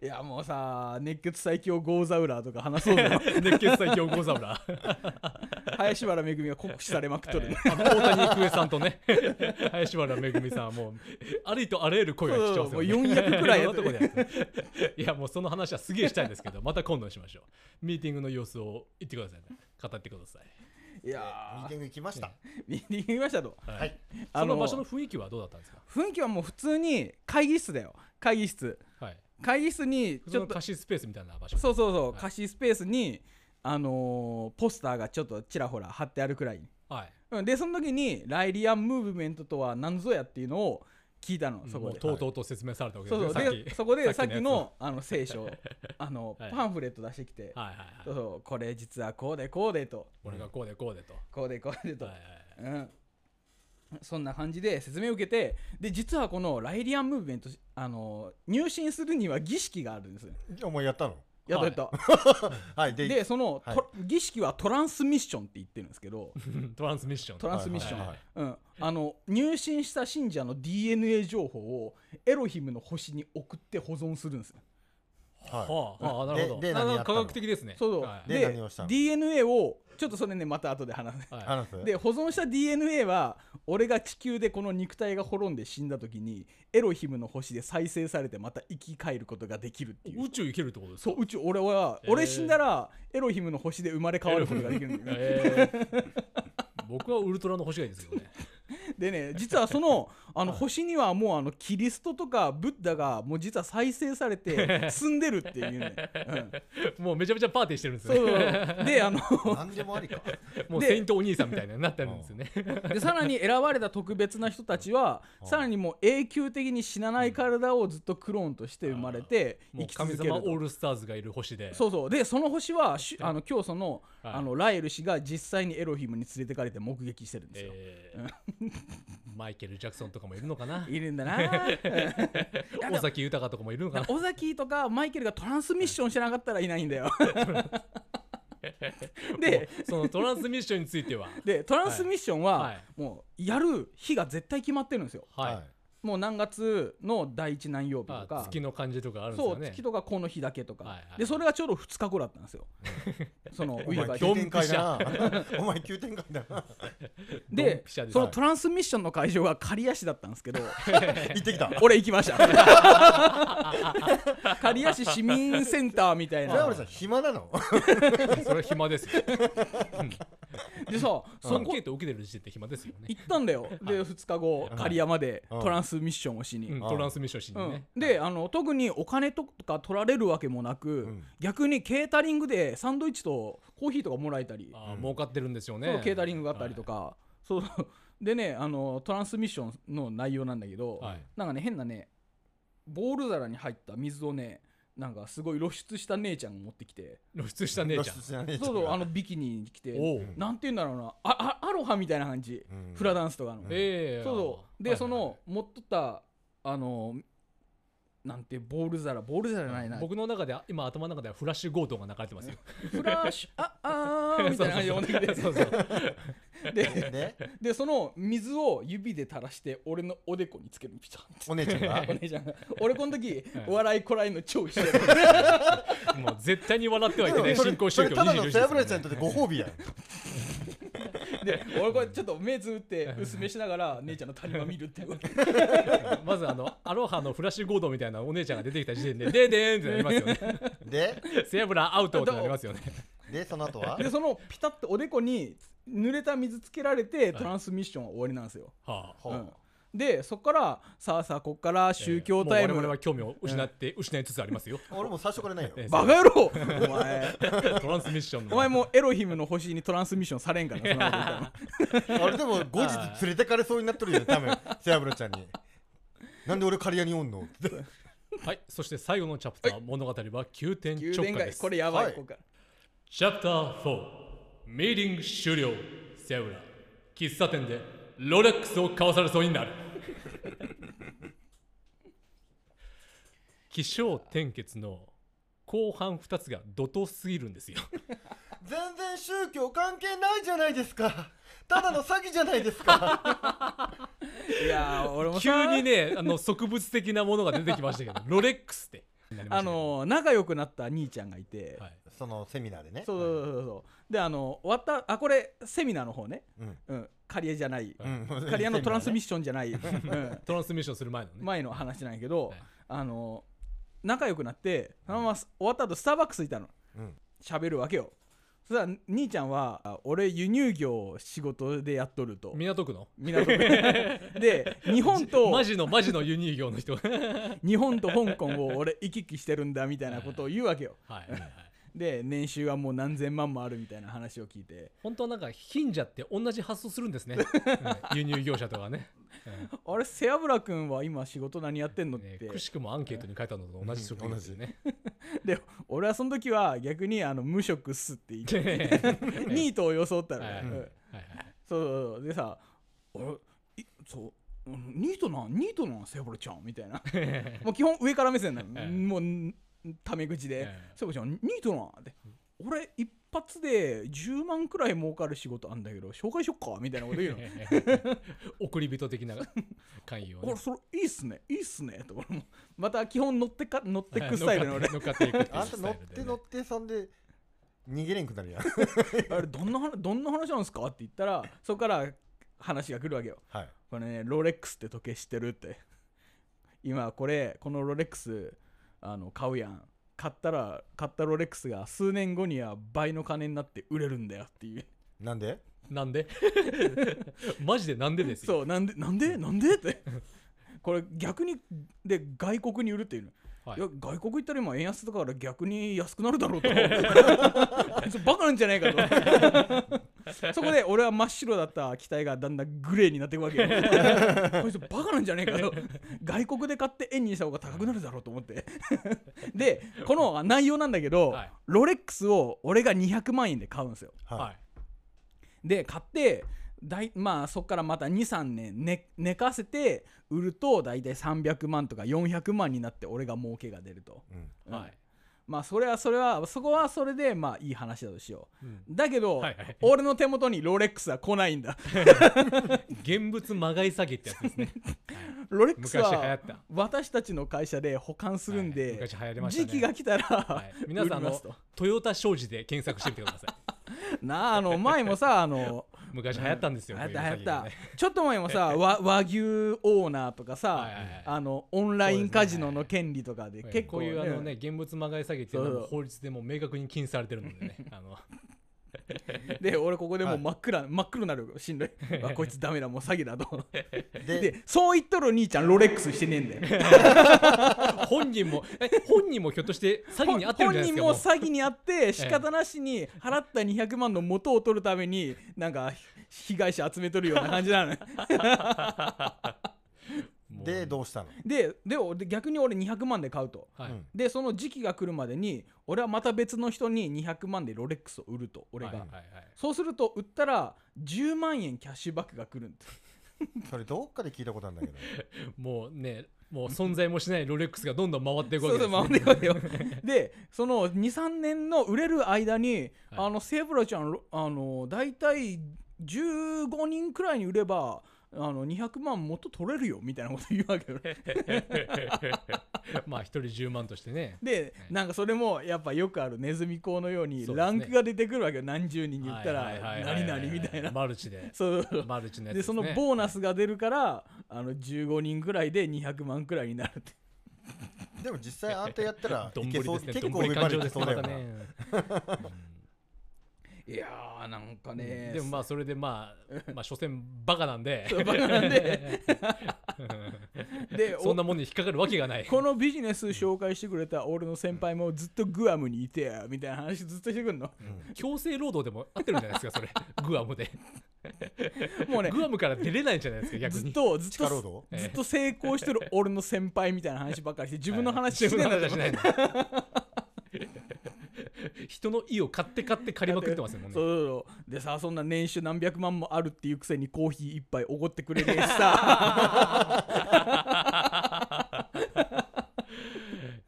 [SPEAKER 1] いやもうさ熱血最強ゴーザウラーとか話そう ぜ
[SPEAKER 3] 熱血最強ゴザブラ
[SPEAKER 1] 林原めぐみが酷使されまくっとる、
[SPEAKER 3] えーあの大谷育恵さんとね 林原めぐみさんはもうありとあらゆる声が聞きますよ、ね、
[SPEAKER 1] そうもう4役くらい
[SPEAKER 3] い
[SPEAKER 1] や
[SPEAKER 3] ろ
[SPEAKER 1] っ
[SPEAKER 3] ん
[SPEAKER 1] て
[SPEAKER 3] なと
[SPEAKER 1] る
[SPEAKER 3] こでやってる いやもうその話はすげえしたいんですけどまた今度にしましょうミーティングの様子を言ってくださいね語ってください、
[SPEAKER 1] い
[SPEAKER 2] ミ
[SPEAKER 1] や
[SPEAKER 2] ーティング行きました
[SPEAKER 1] ー見に行きましたと
[SPEAKER 3] はい
[SPEAKER 2] はい
[SPEAKER 1] あ
[SPEAKER 3] そ
[SPEAKER 1] の
[SPEAKER 3] の場所の雰囲気はどうだったんですか
[SPEAKER 1] 雰囲気はもう普通に会議室だよ会議室
[SPEAKER 3] はい
[SPEAKER 1] 会議室に
[SPEAKER 3] 普
[SPEAKER 1] ち
[SPEAKER 3] 通
[SPEAKER 1] ょ
[SPEAKER 3] の
[SPEAKER 1] っと
[SPEAKER 3] 貸しスペースみたいな場所
[SPEAKER 1] そうそうそう
[SPEAKER 3] はい
[SPEAKER 1] 貸しスペースにあのーポスターがちょっとちらほら貼ってあるくらい
[SPEAKER 3] はい
[SPEAKER 1] うんでその時にライリアンムーブメントとは何ぞやっていうのを聞いたのそ
[SPEAKER 3] も
[SPEAKER 1] こ
[SPEAKER 3] う
[SPEAKER 1] で
[SPEAKER 3] とうとうと説明されたわけで
[SPEAKER 1] そ
[SPEAKER 3] すね
[SPEAKER 1] うそう
[SPEAKER 3] さっき
[SPEAKER 1] でそこでさ
[SPEAKER 3] さ
[SPEAKER 1] っ
[SPEAKER 3] っ
[SPEAKER 1] き
[SPEAKER 3] きのやつ
[SPEAKER 1] のあの聖 書あの
[SPEAKER 3] はい
[SPEAKER 1] パンフレット出してきて
[SPEAKER 3] はいはいはい
[SPEAKER 1] そうそうこれ実はこうでこうでと
[SPEAKER 3] 俺がこうでこうでと、
[SPEAKER 1] こうでこうでと
[SPEAKER 3] はいはい
[SPEAKER 1] うんそんな感じで説明を受けてで実はこのライリアンムーブメントあの入信するには儀式があるんです
[SPEAKER 2] お前やったの
[SPEAKER 1] やっと
[SPEAKER 3] はい
[SPEAKER 1] やった、
[SPEAKER 2] はいで
[SPEAKER 1] でその、
[SPEAKER 2] はい
[SPEAKER 1] と儀式はトランスミッションって言ってるんですけど
[SPEAKER 3] はい トランスミッション
[SPEAKER 1] トランスミッション、
[SPEAKER 3] はいはい
[SPEAKER 1] うん、あの入信した信者の DNA 情報をエロヒムの星に送って保存するんですよ
[SPEAKER 2] はい
[SPEAKER 3] はあ、はあ、なるほど
[SPEAKER 2] でで
[SPEAKER 3] なか
[SPEAKER 2] 何
[SPEAKER 3] な
[SPEAKER 2] や
[SPEAKER 3] か
[SPEAKER 2] った
[SPEAKER 3] 科
[SPEAKER 2] の
[SPEAKER 3] 学的ですね
[SPEAKER 1] そうそう、
[SPEAKER 3] はい
[SPEAKER 2] で
[SPEAKER 1] で
[SPEAKER 2] 何をしたの
[SPEAKER 1] DNA をちょっとそれねまた後で話す
[SPEAKER 3] はい
[SPEAKER 2] 話す
[SPEAKER 1] で保存した DNA は俺が地球でこの肉体が滅んで死んだ時にエロヒムの星で再生されてまた生き返ることができるっていう
[SPEAKER 3] 宇宙行けるってことですか
[SPEAKER 1] そう宇宙俺は、
[SPEAKER 3] えー
[SPEAKER 1] 俺死んだらエロヒムの星で生まれ変わることができるんだよね
[SPEAKER 3] えー僕はウルトラの星がいいですけどね。
[SPEAKER 1] でね実はそ のあの星にはもうあのキリストとかブッダがもう実は再生され て住んでるっていうね、うん
[SPEAKER 3] もうめちゃめちゃパーティーしてるんです
[SPEAKER 1] そ
[SPEAKER 3] ね。
[SPEAKER 1] うであの
[SPEAKER 2] 何でもあ りか
[SPEAKER 3] もう
[SPEAKER 1] で
[SPEAKER 3] セイントお兄さんみたいなになってるんですよね。
[SPEAKER 1] でさらに選ばれた特別な人たちは
[SPEAKER 2] うん
[SPEAKER 1] さらにもう永久的に死なない体をずっとクローンとして生まれて
[SPEAKER 3] も
[SPEAKER 1] 生
[SPEAKER 3] う
[SPEAKER 1] き
[SPEAKER 3] 神
[SPEAKER 1] 続ける
[SPEAKER 3] 様オ
[SPEAKER 1] と
[SPEAKER 3] ールスターズがいる星で。
[SPEAKER 1] そうそうでその星はしあの今日その,、
[SPEAKER 3] はい
[SPEAKER 1] あのラエル氏が実際にエロヒムに連れてかれて目撃してるんですよ、
[SPEAKER 3] えーマイケル・ジャクソンとかもいるのかない
[SPEAKER 1] るんだ なやでも
[SPEAKER 3] 尾崎豊とかもいるのかな
[SPEAKER 1] 尾崎とかマイケルがトランスミッションしてなかったらいないんだ よで
[SPEAKER 3] もうそのトランスミッションについ ては。
[SPEAKER 1] でトランスミッションは、
[SPEAKER 3] はい
[SPEAKER 1] もうやる日が絶対決まってるんですよ
[SPEAKER 3] はい。
[SPEAKER 1] もう何月の第一何曜日と
[SPEAKER 3] あ
[SPEAKER 1] か
[SPEAKER 3] 月の感じとかあるんです
[SPEAKER 1] そ
[SPEAKER 3] よ
[SPEAKER 1] う
[SPEAKER 3] ね。
[SPEAKER 1] 月とかこの日だけとか、
[SPEAKER 3] はいはい
[SPEAKER 1] でそれがちょうど2日後だったんですよ その
[SPEAKER 2] お
[SPEAKER 1] ウイ
[SPEAKER 2] 前
[SPEAKER 1] ルカ
[SPEAKER 2] 急展開だな お前急展開だ な
[SPEAKER 3] ドン
[SPEAKER 1] で
[SPEAKER 3] ピシャです
[SPEAKER 1] そのトランスミッションの会場が刈谷市だったんです けど
[SPEAKER 2] 行ってきた
[SPEAKER 1] 俺行きました刈谷市市民センターみたい
[SPEAKER 2] ラ
[SPEAKER 1] な
[SPEAKER 2] ブルさん暇なの
[SPEAKER 3] それ暇ですよ。
[SPEAKER 1] でさそ
[SPEAKER 3] そ
[SPEAKER 1] こ
[SPEAKER 3] のケイト受けてる時点で暇ですよね。
[SPEAKER 1] 行ったんだよで2日後
[SPEAKER 2] い
[SPEAKER 1] 刈谷まで
[SPEAKER 2] うん
[SPEAKER 1] トランスミッションをしに、
[SPEAKER 3] うんトランスミッションしに
[SPEAKER 1] うん
[SPEAKER 3] ね。
[SPEAKER 1] であの特にお金とか取られるわけもなく、
[SPEAKER 2] ん
[SPEAKER 1] 逆にケータリングでサンドイッチとコーヒーとかもらえたり、
[SPEAKER 3] あー儲かってるんですよ
[SPEAKER 1] そ
[SPEAKER 3] ね
[SPEAKER 1] う。ケータリングがあったりとか、そうそうでねあのトランスミッションの内容なんだけど、
[SPEAKER 3] はい
[SPEAKER 1] なんかね変なねボール皿に入った水をねなんかすごい露出した姉ちゃんが持ってきて
[SPEAKER 3] 露出した姉ちゃん
[SPEAKER 2] 露。出じねえちゃ
[SPEAKER 1] そ
[SPEAKER 2] ん
[SPEAKER 1] うそうあのビキニに来て
[SPEAKER 3] おう
[SPEAKER 1] なんて言うんだろうなああアロハみたいな感じ、
[SPEAKER 2] うん
[SPEAKER 1] フラダンスとかの、
[SPEAKER 3] ええ
[SPEAKER 1] そうそうで、
[SPEAKER 3] はいはい
[SPEAKER 1] その持っとったあのなんてボール皿ボール皿じゃないな
[SPEAKER 3] 僕の中で今頭の中ではフラッシュ強盗が流れてますよ。
[SPEAKER 1] フラッシュあ あ ーみたいな感じで持ってきて
[SPEAKER 3] そうそうそう
[SPEAKER 1] で
[SPEAKER 2] で
[SPEAKER 1] でその水を指で垂らして俺のおでこにつけるピタン
[SPEAKER 2] お姉ちゃん が
[SPEAKER 1] お姉ちゃんが俺この時
[SPEAKER 3] はい
[SPEAKER 1] お笑いこらえの超してる
[SPEAKER 3] もう絶対に笑ってはいけ
[SPEAKER 2] で
[SPEAKER 3] な
[SPEAKER 2] も
[SPEAKER 3] い
[SPEAKER 2] それ
[SPEAKER 3] 新興
[SPEAKER 2] そ
[SPEAKER 3] 宗
[SPEAKER 2] れ
[SPEAKER 3] 教
[SPEAKER 2] ただの
[SPEAKER 3] 24
[SPEAKER 2] セラブレ
[SPEAKER 3] で
[SPEAKER 2] イちゃん
[SPEAKER 3] す
[SPEAKER 2] に
[SPEAKER 3] ね
[SPEAKER 2] とってご褒美やん
[SPEAKER 1] で俺これちょっと目つぶって薄めしながら姉ちゃんの谷間見る っていう
[SPEAKER 3] まずあのアロハのフラッシュゴードみたいなお姉ちゃんが出てきた時点でででーんってなりますよね
[SPEAKER 2] で
[SPEAKER 3] セラブラアウトってなりますよね
[SPEAKER 2] でその後は
[SPEAKER 1] でそのピタッとおでこに濡れた水つけられてトランスミッションは終わりなんですよ、
[SPEAKER 3] はあ
[SPEAKER 2] ほう
[SPEAKER 1] うんでそっからさあさあこっから宗教タイ
[SPEAKER 3] もう
[SPEAKER 1] ム、
[SPEAKER 3] 我々は興味を失って失いつつありますよ
[SPEAKER 2] 俺もう最初からないよ
[SPEAKER 3] え
[SPEAKER 1] バカ野郎お前
[SPEAKER 3] トランスミッションの
[SPEAKER 1] お前もうエロヒムの星にトランスミッションされんからなそんなこと言ったら
[SPEAKER 2] あれでも後日連れてかれそうになってるよ多分セアブロちゃんになんで俺刈谷におんの
[SPEAKER 3] はい、そして最後のチャプター、物語は急転直
[SPEAKER 1] 牛
[SPEAKER 3] 下
[SPEAKER 1] 伝
[SPEAKER 3] で
[SPEAKER 1] 街
[SPEAKER 3] す。
[SPEAKER 1] これやばい、
[SPEAKER 2] はい
[SPEAKER 1] ここから
[SPEAKER 3] チャプター4、ミーティング終了。セウラ、喫茶店でロレックスを買わされそうにな る。起承転結の後半2つが怒涛すぎるんですよ。
[SPEAKER 2] 全然宗教関係ないじゃないですかただの詐欺じゃないですか
[SPEAKER 1] いやー俺もさ
[SPEAKER 3] 急にね、あの植物的なものが出てきましたけど、ロレックスってなりま
[SPEAKER 1] あ
[SPEAKER 3] したけど。
[SPEAKER 1] の仲良くなった兄ちゃんがいて、
[SPEAKER 3] はい、
[SPEAKER 2] そのセミナーでね
[SPEAKER 1] そうそうそうそうであのわたあこれセミナーの方ね
[SPEAKER 2] うん
[SPEAKER 1] うん刈谷じゃない
[SPEAKER 2] うん
[SPEAKER 1] 刈谷のトランスミ
[SPEAKER 2] ッ
[SPEAKER 1] ッションじゃ ない、うん
[SPEAKER 3] トランスミッションする前のね。
[SPEAKER 1] 前の話なんやけど、
[SPEAKER 3] はい
[SPEAKER 1] あの仲良くなってそのまま終わった後スターバックス行ったの
[SPEAKER 2] ション
[SPEAKER 1] 喋るわけよそしたら兄ちゃんはあ「俺輸入業を仕事でやっとる」と。
[SPEAKER 3] 港区の
[SPEAKER 1] 港 区で日本と
[SPEAKER 3] マジのマジの輸入業の 人がはい
[SPEAKER 1] 日本と香港を俺行き来してるんだみたいなことを言うわけよ
[SPEAKER 3] はい、はい、
[SPEAKER 1] で年収はもう何千万もあるみたいな話を聞いて
[SPEAKER 3] 本当はなんか貧者って同じ発想するんですね、うん輸入業者とかね,うん、
[SPEAKER 1] あれ背脂君は今仕事何やってんのっ
[SPEAKER 3] ね
[SPEAKER 1] て
[SPEAKER 3] くしくもアンケートに書いたのと同じ職業ですよね、
[SPEAKER 1] で俺はその時は逆にあの無職っすって言って ニートを装ったの
[SPEAKER 3] はい
[SPEAKER 1] ね、うん
[SPEAKER 3] はいはい
[SPEAKER 1] そうそうそうでさ「俺いそううんニートなんニートなんセブラちゃん」みたい なもう基本上から目線な
[SPEAKER 3] ええ
[SPEAKER 1] のもうんタメ口で
[SPEAKER 3] え
[SPEAKER 1] 「
[SPEAKER 3] え
[SPEAKER 1] セブラちゃんニートなん」って「俺一発で10万くらい儲かる仕事あんだけど紹介しよっか」みたいなこと言うの
[SPEAKER 3] 送り人的な関与
[SPEAKER 1] 「
[SPEAKER 3] を、ね
[SPEAKER 1] 俺、それいいっすねいいっすね」と俺もまた基本乗ってか乗ってくスタイルの俺
[SPEAKER 3] 乗っかっていくってい
[SPEAKER 2] あ
[SPEAKER 3] うんス
[SPEAKER 2] た
[SPEAKER 3] タ
[SPEAKER 2] 乗
[SPEAKER 3] イ
[SPEAKER 2] っ
[SPEAKER 3] ルで
[SPEAKER 2] て
[SPEAKER 3] ね
[SPEAKER 2] 乗ってそんで逃げれんくなるやん
[SPEAKER 1] あれどんな話どんな話なんですか?」って言ったらそこから話が来るわけよ
[SPEAKER 2] はい
[SPEAKER 1] これねロレックスって時計知ってるって今これこのロレックスあの買うやん買ったら買ったロレックスが数年後には倍の金になって売れるんだよっていう
[SPEAKER 2] なんで
[SPEAKER 3] なん でマジでなんでですよ
[SPEAKER 1] そうなんでなんでなんでってこれ逆にで外国に売るっていうの、
[SPEAKER 3] はい
[SPEAKER 1] い、や外国行ったら今円安だから逆に安くなるだろ うとそれバカなんじゃないか とそこで俺は真っ白だった機体がだんだんグレーになっていくわけよこいつバカなんじゃないかと外国で買って円にした方が高くなるだろうと思ってでこの内容なんだけど、
[SPEAKER 3] はい
[SPEAKER 1] ロレックスを俺が200万円で買うんですよ
[SPEAKER 2] は
[SPEAKER 3] はい
[SPEAKER 1] で買ってだいまあそこからまた23年寝寝かせて売ると大体300万とか400万になって俺が儲けが出ると、
[SPEAKER 2] い、うん
[SPEAKER 1] うん
[SPEAKER 3] はい
[SPEAKER 1] まあそれはそれはそこはそれでまあいい話だとしよう
[SPEAKER 3] うん
[SPEAKER 1] だけど、
[SPEAKER 3] はいはい
[SPEAKER 1] 俺の手元にロレックスは来ないん だ
[SPEAKER 3] 現物まがい詐欺ってやつですね
[SPEAKER 1] ロレックス
[SPEAKER 3] 昔流行
[SPEAKER 1] は
[SPEAKER 3] った
[SPEAKER 1] 私たちの会社で保管するん
[SPEAKER 3] はい
[SPEAKER 1] で、
[SPEAKER 3] 昔流行りましたね
[SPEAKER 1] 時期が来たら、
[SPEAKER 3] はい、皆さんあ
[SPEAKER 1] 売りま
[SPEAKER 3] の
[SPEAKER 1] すと
[SPEAKER 3] トヨタ商事で検索してみてくださ い
[SPEAKER 1] なああの前もさあの
[SPEAKER 3] 昔流行ったん ですよ、
[SPEAKER 1] 流行っ
[SPEAKER 3] こう
[SPEAKER 1] た
[SPEAKER 3] いう
[SPEAKER 1] 流
[SPEAKER 3] 詐
[SPEAKER 1] 行った
[SPEAKER 3] 欺がね
[SPEAKER 1] ちょっと前もさ 和和牛オーナーとかさ、
[SPEAKER 3] はいはいはい
[SPEAKER 1] あのオンラインカジノの権利とかで
[SPEAKER 3] はい
[SPEAKER 1] 結構、
[SPEAKER 3] こういうあの
[SPEAKER 1] うん
[SPEAKER 3] ね現物まがい詐欺っていうのはもう法律でもう明確に禁止されてるの でねあの
[SPEAKER 1] で俺ここでもう
[SPEAKER 2] はい
[SPEAKER 1] 真っ暗、真っ黒になるよしんどい あこいつダメだもう詐欺だと
[SPEAKER 2] で
[SPEAKER 1] でそう言っとる兄ちゃんロレックスしてねえんだよ
[SPEAKER 3] 本人もえ本人もひょっとして詐欺に遭ってる
[SPEAKER 1] 本
[SPEAKER 3] んじゃな
[SPEAKER 1] 人
[SPEAKER 3] いですか
[SPEAKER 1] も
[SPEAKER 3] う
[SPEAKER 1] 詐欺にあ って仕方なしに払った200万の元を取るためになんか被害者集めとるような感じなの
[SPEAKER 3] もう
[SPEAKER 2] でどうしたの
[SPEAKER 1] ででおで逆に俺200万で買うと
[SPEAKER 3] はい、
[SPEAKER 2] うん
[SPEAKER 1] でその時期が来るまでに俺はまた別の人に200万でロレックスを売ると俺が、
[SPEAKER 3] はいはいはい
[SPEAKER 1] そうすると売ったら10万円キャッシュバックが来るんだ
[SPEAKER 2] それどっかで聞いたことあるんだけど
[SPEAKER 3] もうねもう存在もしないロレックスがどんどん回っていくわ
[SPEAKER 1] そ
[SPEAKER 3] け
[SPEAKER 1] う
[SPEAKER 3] で
[SPEAKER 1] そ
[SPEAKER 3] す、
[SPEAKER 1] う
[SPEAKER 3] ね、
[SPEAKER 1] 回ってこいよ でその23年の売れる間に、
[SPEAKER 3] はい
[SPEAKER 1] あのセーブラちゃんろあの大体15人くらいに売ればあの200万元取れるよみたいなこと言うわ けよね
[SPEAKER 3] まあ一人10万としてね
[SPEAKER 1] で
[SPEAKER 3] はい
[SPEAKER 1] なんかそれもやっぱよくあるネズミ講のように
[SPEAKER 3] そうです
[SPEAKER 1] ラ
[SPEAKER 3] ね
[SPEAKER 1] ンクが出てくるわけよ何十人に言ったら
[SPEAKER 3] はいはいはいはい
[SPEAKER 1] 何々みたいな
[SPEAKER 3] マルチで
[SPEAKER 1] そうそう
[SPEAKER 3] マルチのやつ
[SPEAKER 1] で
[SPEAKER 3] です、
[SPEAKER 1] そ
[SPEAKER 3] ね、
[SPEAKER 1] のボーナスが出るからあの15人くらいで200万くらいになるって
[SPEAKER 2] でも実 際あんたやったら
[SPEAKER 3] どん
[SPEAKER 2] い
[SPEAKER 3] ぶ
[SPEAKER 2] け
[SPEAKER 3] り
[SPEAKER 2] そう、
[SPEAKER 3] ですね
[SPEAKER 2] 結
[SPEAKER 3] どん
[SPEAKER 2] 構
[SPEAKER 3] ぶり
[SPEAKER 2] 上ま
[SPEAKER 3] 感
[SPEAKER 2] でい
[SPEAKER 3] 情で
[SPEAKER 2] け
[SPEAKER 3] す
[SPEAKER 2] そう
[SPEAKER 3] ね
[SPEAKER 2] だよ
[SPEAKER 3] また
[SPEAKER 2] な、
[SPEAKER 3] ね
[SPEAKER 1] いいやーなんかね、
[SPEAKER 3] でもまあそれでまあ、まあ所詮バカなんで
[SPEAKER 1] バカなんででお
[SPEAKER 3] そんなもんに引っかかるわけがない
[SPEAKER 1] このビジネス紹介してくれた俺の先輩もずっとグアムにいてやみたいな話ずっとして くんの
[SPEAKER 3] 強制労働でも合ってるんじゃないですかそれグアムで
[SPEAKER 1] もうね
[SPEAKER 3] グアムから出れないんじゃないですか逆
[SPEAKER 1] ずっ
[SPEAKER 3] に
[SPEAKER 1] とずっ
[SPEAKER 2] 地下労
[SPEAKER 1] と
[SPEAKER 2] 働
[SPEAKER 1] ずっと成功してる俺の先輩みたいな話ばっかりして自分の話し
[SPEAKER 3] 自
[SPEAKER 1] て
[SPEAKER 3] 分
[SPEAKER 1] ん だ
[SPEAKER 3] の話しないの人の意を買って買って借りまくってますもん
[SPEAKER 1] そ
[SPEAKER 3] ね
[SPEAKER 1] うそうそうでさそんな年収何百万もあるっていうくせにコーヒー一杯おごってくれねえし さ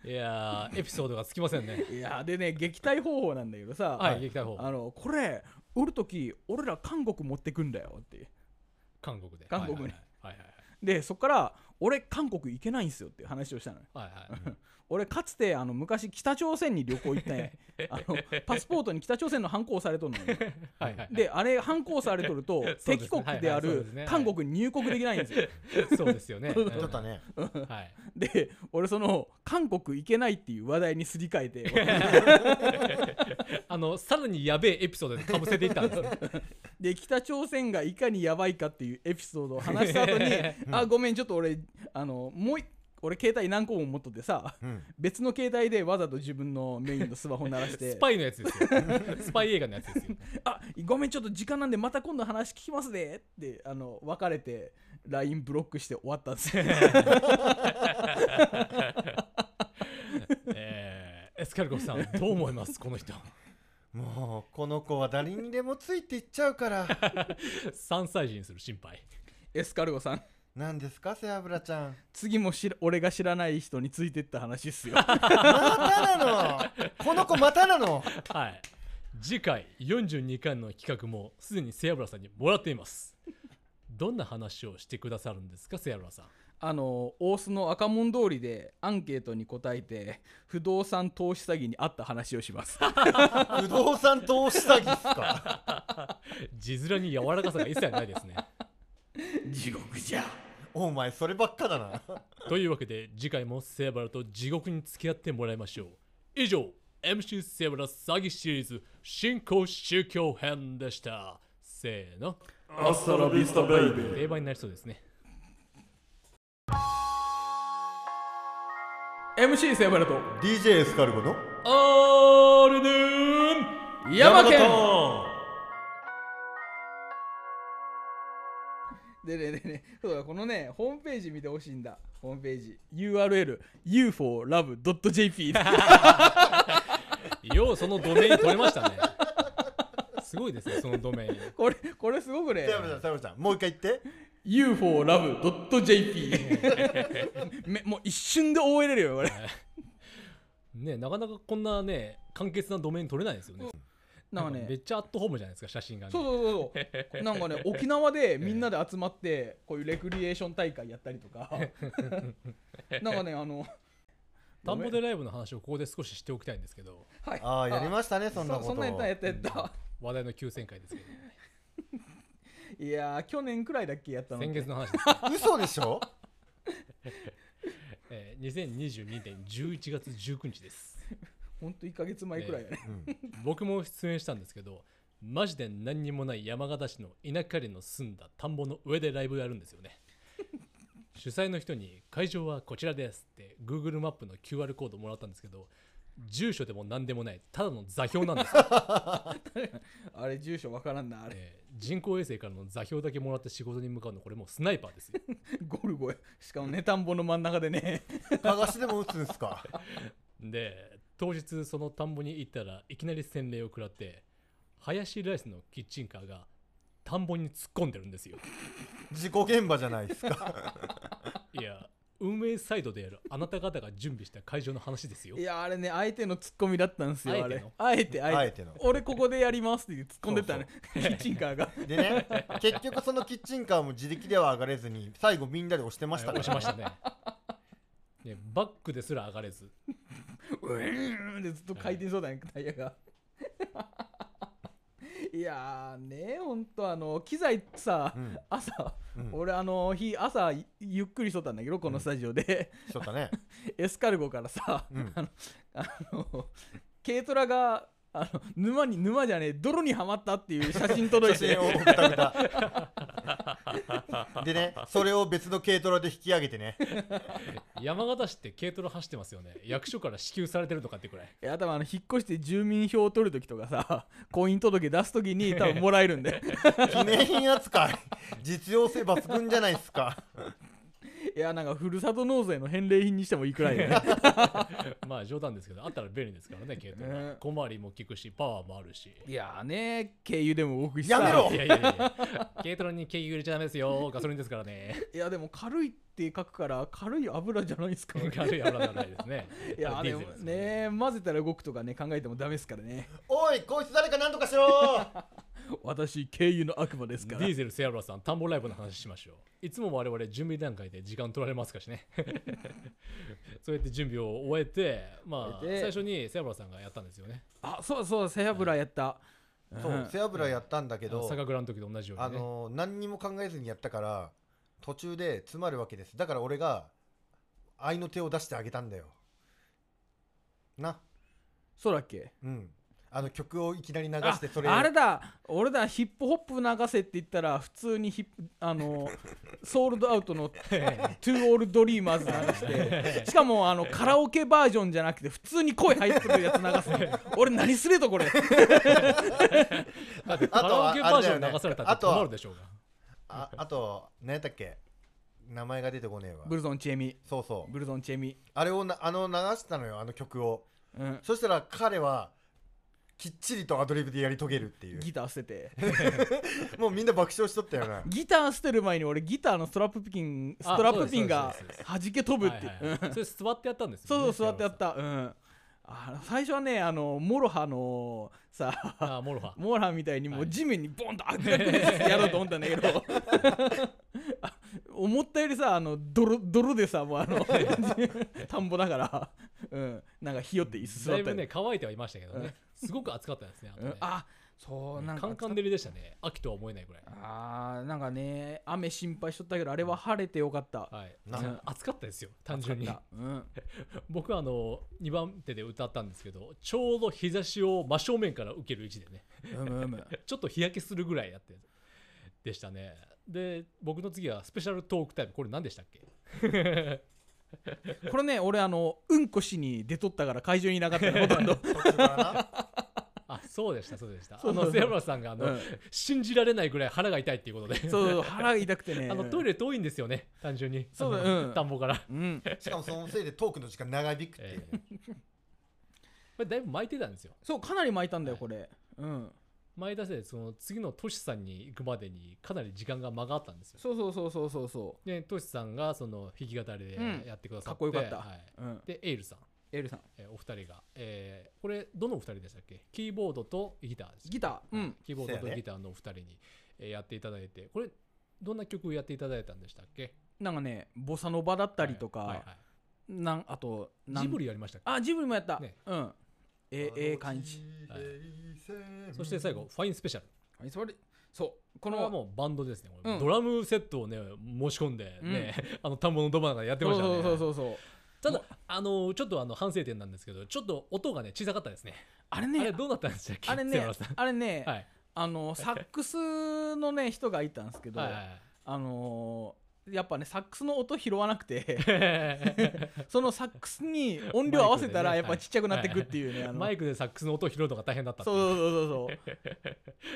[SPEAKER 3] いやーエピソードがつきませんね
[SPEAKER 1] いやでね撃退方法なんだけどさ、
[SPEAKER 3] はい撃退法
[SPEAKER 1] あのこれ売る時俺ら韓国持ってくんだよって
[SPEAKER 3] 韓国で
[SPEAKER 1] 韓国に
[SPEAKER 3] はいはいはい
[SPEAKER 1] でそっから俺韓国行けないんすよっていう話をしたのよ
[SPEAKER 3] はいはいはいはい
[SPEAKER 1] 俺かつてあの昔北朝鮮に旅行行ったん やあのパスポートに北朝鮮の反抗されとるのよ
[SPEAKER 3] はいはい
[SPEAKER 1] であれ反抗されとると
[SPEAKER 3] ですね
[SPEAKER 1] 敵国であ
[SPEAKER 3] はいはいそうで
[SPEAKER 1] る
[SPEAKER 3] すねはい
[SPEAKER 1] 韓国に入国できないんで すよ
[SPEAKER 3] そうですよね
[SPEAKER 2] ちょっとね
[SPEAKER 3] はい
[SPEAKER 1] で俺その韓国行けないっていう話題にすり替えて
[SPEAKER 3] あのさらにやべえエピソードでかぶせていったんですね
[SPEAKER 1] で北朝鮮がいかにやばいかっていうエピソードを話した 後にあごめんちょっと俺あのもうい俺携帯何個も持っとってさ
[SPEAKER 2] うん
[SPEAKER 1] 別の携帯でわざと自分のメインのスマホ鳴らして
[SPEAKER 3] スパイのやつですよスパイ映画のやつですよ
[SPEAKER 1] あごめんちょっと時間なんでまた今度話聞きますねってあの別れて LINE ブロックして終わったん ですよ
[SPEAKER 3] えーエスカルゴさんどう思いますこの人
[SPEAKER 2] もうこの子は誰にでもついていっちゃうから
[SPEAKER 3] 3歳児にする心配
[SPEAKER 1] エスカルゴさん
[SPEAKER 2] 何ですか背脂ちゃん
[SPEAKER 1] 次も知ら俺が知らない人についてった話っす よ
[SPEAKER 2] またなのこの子またなの
[SPEAKER 3] はい次回42巻の企画もすでにセアブラさんにもらっていますどんな話をしてくださるんですかセアブラさん
[SPEAKER 1] あの大須の赤門通りでアンケートに答えて不動産投資詐欺にあった話をします
[SPEAKER 2] 不動産投資詐欺っすか
[SPEAKER 3] 字面に柔らかさが一切ないですね
[SPEAKER 1] 地獄じゃ
[SPEAKER 2] お前そればっかだな
[SPEAKER 3] というわけで次回もセアブラと地獄に付き合ってもらいましょう以上 MC セアブラ詐欺シリーズ新興宗教編でしたせーの
[SPEAKER 1] アスタラビスタベイビー
[SPEAKER 3] 定番になりそうですね
[SPEAKER 1] MC セブラと
[SPEAKER 2] DJ エスカルゴの
[SPEAKER 3] あれねー
[SPEAKER 1] 山県
[SPEAKER 2] は
[SPEAKER 1] でねねねそうだこのねホームページ見てほしいんだホームページ URL ufolove.jp
[SPEAKER 3] ようそのドメイン取れましたねすごいですねそのドメイン
[SPEAKER 1] これこれすごくね
[SPEAKER 2] 背脂ちゃん背脂ちゃんもう一回言って
[SPEAKER 1] ufolove.jp めもう一瞬で終えれるよこれ
[SPEAKER 3] ねなかなかこんなね簡潔なドメイン取れないですよね、
[SPEAKER 1] なんかね
[SPEAKER 3] めっちゃアットホームじゃないですか写真がね
[SPEAKER 1] そうそうそうそうなんかね沖縄でみんなで集まってこういうレクリエーション大会やったりとかなんかねあの
[SPEAKER 3] 田んぼでライブの話をここで少ししておきたいんですけど
[SPEAKER 1] はい
[SPEAKER 2] ああやりましたねそんなこと
[SPEAKER 1] そんなやったやったやった、
[SPEAKER 3] 話題の急旋回ですけ ど
[SPEAKER 1] いやー去年くらいだっけやったの
[SPEAKER 3] 先月の話です、
[SPEAKER 2] 嘘でしょ
[SPEAKER 3] えー2022年11月19 日です
[SPEAKER 1] ほんと1か月前くらいだね、
[SPEAKER 3] 僕も出演したんですけどマジで何にもない山形市の田舎里の住んだ田んぼの上でライブやるんですよ ね主催の人に会場はこちらですって Google マップの QR コードもらったんですけど住所でも何でもないただの座標なん ですよ、
[SPEAKER 1] あれ住所わからんなあれ
[SPEAKER 3] えー人工衛星からの座標だけもらって仕事に向かうのこれもうスナイパーですよ
[SPEAKER 1] ゴルゴへしかもね田んぼの真ん中で ね
[SPEAKER 2] かがしでも打つんすか
[SPEAKER 3] で当日その田んぼに行ったらいきなり洗礼を食らって林ライスのキッチンカーが田んぼに突っ込んでるん ですよ
[SPEAKER 2] 事故現場じゃないですか
[SPEAKER 3] いや、運営サイドでやるあなた方が準備した会場の話ですよ
[SPEAKER 1] い。やあれね相手のツッコミだったんですよあれあえてあえて
[SPEAKER 2] あえての
[SPEAKER 1] 俺ここでやりますって突っ込んでったねキッチンカーが
[SPEAKER 2] でね結局そのキッチンカーも自力では上がれずに最後みんなで押してました
[SPEAKER 3] 押しましたね。ね、バックですら上がれず。
[SPEAKER 1] うーんでずっと回転そうだね、タイヤが。いやーねほんとあの機材さ、
[SPEAKER 2] うん
[SPEAKER 1] 朝、
[SPEAKER 2] うん
[SPEAKER 1] 俺あの日朝ゆゆっくりしとったんだけどこのスタジオで、
[SPEAKER 2] しとったね
[SPEAKER 1] エスカルゴからさ、
[SPEAKER 2] うん
[SPEAKER 1] あのあの軽トラがあの沼に沼じゃねえ泥にはまったっていう写真届い
[SPEAKER 2] 写
[SPEAKER 1] て
[SPEAKER 2] 真を送った歌でねそれを別の軽トラで引き上げてね
[SPEAKER 3] 山形市って軽トラ走ってますよね。役所から支給されてるとかってくらい。
[SPEAKER 1] いや多分あの引っ越して住民票を取るときとかさ 婚姻届出すとき に多分もらえるんで
[SPEAKER 2] 記念品扱い実用性抜群じゃないですか
[SPEAKER 1] いやなんかふるさと納税の返礼品にしてもいいくらいでね
[SPEAKER 3] まあ冗談ですけど、あったら便利ですからね、軽トラ。
[SPEAKER 1] ね
[SPEAKER 3] 小回りも利くし、パワーもあるし。
[SPEAKER 1] いやーね経由でも動くしさ
[SPEAKER 2] やめろ
[SPEAKER 3] いやいやいや、軽トラに軽油入れちゃダメですよ。ガソリンですからね。
[SPEAKER 1] いやでも軽いって書くから軽い油 じゃないですか
[SPEAKER 3] 軽い油じゃないですね。
[SPEAKER 1] いやーでも
[SPEAKER 3] ディーゼルすね。
[SPEAKER 1] ね混ぜたら動くとかね考えてもダメですから ね
[SPEAKER 2] おいこいつ誰か何とかしろ
[SPEAKER 1] 私経由の悪魔です
[SPEAKER 3] デ
[SPEAKER 1] か
[SPEAKER 3] ィ
[SPEAKER 1] ら
[SPEAKER 3] ーゼル、セアブラさん、田んぼライブの話しましょう。いつも我々準備段階で時間取られますか しね。そうやって準備を終えて、まあ、
[SPEAKER 1] 終えて
[SPEAKER 3] 最初にセアブラさんがやったんですよね。
[SPEAKER 1] あそうそう背脂やった、
[SPEAKER 2] そううん背脂やったんだけど、
[SPEAKER 3] 酒蔵の時と同じよう
[SPEAKER 2] あ
[SPEAKER 3] にね。
[SPEAKER 2] の何にも考えずにやったから途中で詰まるわけですだから俺が愛の手を出してあげたんだよな
[SPEAKER 1] そうだっけ
[SPEAKER 2] うんあの曲をいきなり流
[SPEAKER 1] あ
[SPEAKER 2] してそれ
[SPEAKER 1] あれだ俺だヒップホップ流せって言ったら普通にヒップあのソールドアウ トの「2オールドリーマーズ」流してしかもあのカラオケバージョンじゃなくて普通に声入ってくるやつ流すの俺何すれとこれ
[SPEAKER 3] だって
[SPEAKER 2] あ
[SPEAKER 3] カ
[SPEAKER 2] と
[SPEAKER 3] ラ
[SPEAKER 2] は
[SPEAKER 3] オケバージョ
[SPEAKER 2] あれだよ
[SPEAKER 3] ン
[SPEAKER 2] ね
[SPEAKER 3] 流されたら困るでしょうが。
[SPEAKER 2] ああと何やったっけ名前が出てこねえわ
[SPEAKER 1] ブルゾンチエミ
[SPEAKER 2] そうそう
[SPEAKER 1] ブルゾンチエミ
[SPEAKER 2] あれをなあの流したのよあの曲を
[SPEAKER 1] うん
[SPEAKER 2] そしたら彼はきっちりとアドリブでやり遂げるっていう
[SPEAKER 1] ギター捨てて
[SPEAKER 2] もうみんな爆笑しとった よな
[SPEAKER 1] ギター捨てる前に俺ギターのストラップピキンストラップピンが
[SPEAKER 3] あそうです
[SPEAKER 1] 弾け飛ぶって
[SPEAKER 3] はいはいはいそれ座ってやったんですよ、
[SPEAKER 1] そ
[SPEAKER 3] ね。
[SPEAKER 1] うそう座ってやったうんあ最初はねあのモロハのさ
[SPEAKER 3] ああ、モロハ。
[SPEAKER 1] モーランみたいにも
[SPEAKER 3] は
[SPEAKER 1] う
[SPEAKER 3] い
[SPEAKER 1] 地面にボンと開くやろうと思ったんだけど あ思ったよりさあの泥泥でさもうあの 田んぼだから、うん、なんかひよって椅 子座
[SPEAKER 3] だ
[SPEAKER 1] っ
[SPEAKER 3] い
[SPEAKER 1] た
[SPEAKER 3] ぶ
[SPEAKER 1] り、
[SPEAKER 3] ね、乾いてはいましたけどね。すごく暑かったですね。あと
[SPEAKER 1] う
[SPEAKER 3] ね
[SPEAKER 1] ん、あそうなん
[SPEAKER 3] カ
[SPEAKER 1] か
[SPEAKER 3] ンカン照りでしたね。秋とは思えないぐらい。
[SPEAKER 1] あーなんかね雨心配しとったけどあれは晴れてよかった、
[SPEAKER 3] はい
[SPEAKER 2] な
[SPEAKER 3] うん。暑かったですよ、単純に
[SPEAKER 1] だ。うん、
[SPEAKER 3] 僕はあの、2番手で歌ったんですけど、ちょうど日差しを真正面から受ける位置 でね、
[SPEAKER 1] うむうむ
[SPEAKER 3] ちょっと日焼けするぐらいやって、でしたね。で、僕の次はスペシャルトークタイム。これ何でしたっけ
[SPEAKER 1] これね俺あのうんこしに出とったから会場にいなかったのほとん ど
[SPEAKER 2] 途中からな
[SPEAKER 3] あ、そうでした、そうでした。
[SPEAKER 1] そう
[SPEAKER 3] あ
[SPEAKER 1] そうそう
[SPEAKER 3] の、セアブラさんが、あの、
[SPEAKER 1] うん
[SPEAKER 3] 信じられないぐらい腹が痛いっていうことで。
[SPEAKER 1] そうそう腹痛くてね
[SPEAKER 3] あのトイレ遠いんですよね、単純に。
[SPEAKER 1] そうだ
[SPEAKER 3] あの
[SPEAKER 1] うん
[SPEAKER 3] 田ん ぼから。
[SPEAKER 1] うん
[SPEAKER 2] しかもそのせいでトークの時間長引くってい
[SPEAKER 3] え
[SPEAKER 2] う、
[SPEAKER 3] えこれだいぶ巻いてたんですよ。
[SPEAKER 1] そうかなり巻いたんだよこれ、うん
[SPEAKER 3] 巻いたせいで、その次のトシさんに行くまでにかなり時間が間があったんですよ。
[SPEAKER 1] そうそうそうそうそうそ
[SPEAKER 3] で、トシさんがその弾き語り
[SPEAKER 1] うん
[SPEAKER 3] でやってくださっ
[SPEAKER 1] か
[SPEAKER 3] て、
[SPEAKER 1] っこよかった
[SPEAKER 3] はいう
[SPEAKER 1] うん
[SPEAKER 3] で、エイルさん、
[SPEAKER 1] エルさん
[SPEAKER 3] えーお二人が、えーこれ、どのお二人でしたっけキーボードとギターです。
[SPEAKER 1] ギターうん
[SPEAKER 3] キーボード
[SPEAKER 2] そう
[SPEAKER 3] と
[SPEAKER 2] やね
[SPEAKER 3] ギターのお二人に、えーやっていただいて、これ、どんな曲をやっていただいたんでしたっけ
[SPEAKER 1] なんかねボサノバだったりとか、
[SPEAKER 3] はいはいはい
[SPEAKER 1] なんあとなん
[SPEAKER 3] ジブリやりましたっけ
[SPEAKER 1] あジブリもやった、
[SPEAKER 3] ね
[SPEAKER 1] うんえええ感じ
[SPEAKER 2] はい
[SPEAKER 3] そして最後、ファインスペシャル。
[SPEAKER 1] はいそれそうこ
[SPEAKER 3] これ
[SPEAKER 1] の
[SPEAKER 3] はもうバンドですね、これ
[SPEAKER 1] うん
[SPEAKER 3] ドラムセットをね申し込んでね、 あの田んぼのど真ん中でやってましたね
[SPEAKER 1] そうそうそうそう
[SPEAKER 3] ただあのちょっとあの反省点なんですけどちょっと音がね小さかったですね
[SPEAKER 1] あれ
[SPEAKER 3] あれ
[SPEAKER 1] ね
[SPEAKER 3] どうなったんでしたっけ
[SPEAKER 1] あれ
[SPEAKER 3] 瀬
[SPEAKER 1] ね
[SPEAKER 3] 原さん
[SPEAKER 1] あれね、
[SPEAKER 3] はい
[SPEAKER 1] あのサックスのね人がいたんですけど、
[SPEAKER 3] はいはい
[SPEAKER 1] あのーやっぱねサックスの音拾わなくて そのサックスに音量合わせたら
[SPEAKER 3] マイ
[SPEAKER 1] や
[SPEAKER 3] クでね
[SPEAKER 1] っぱちっちゃくなってくっていうね、あの
[SPEAKER 3] マイクでサックスの音を拾うのが大変だったって
[SPEAKER 1] そう
[SPEAKER 3] いう
[SPEAKER 1] そうそうそうそ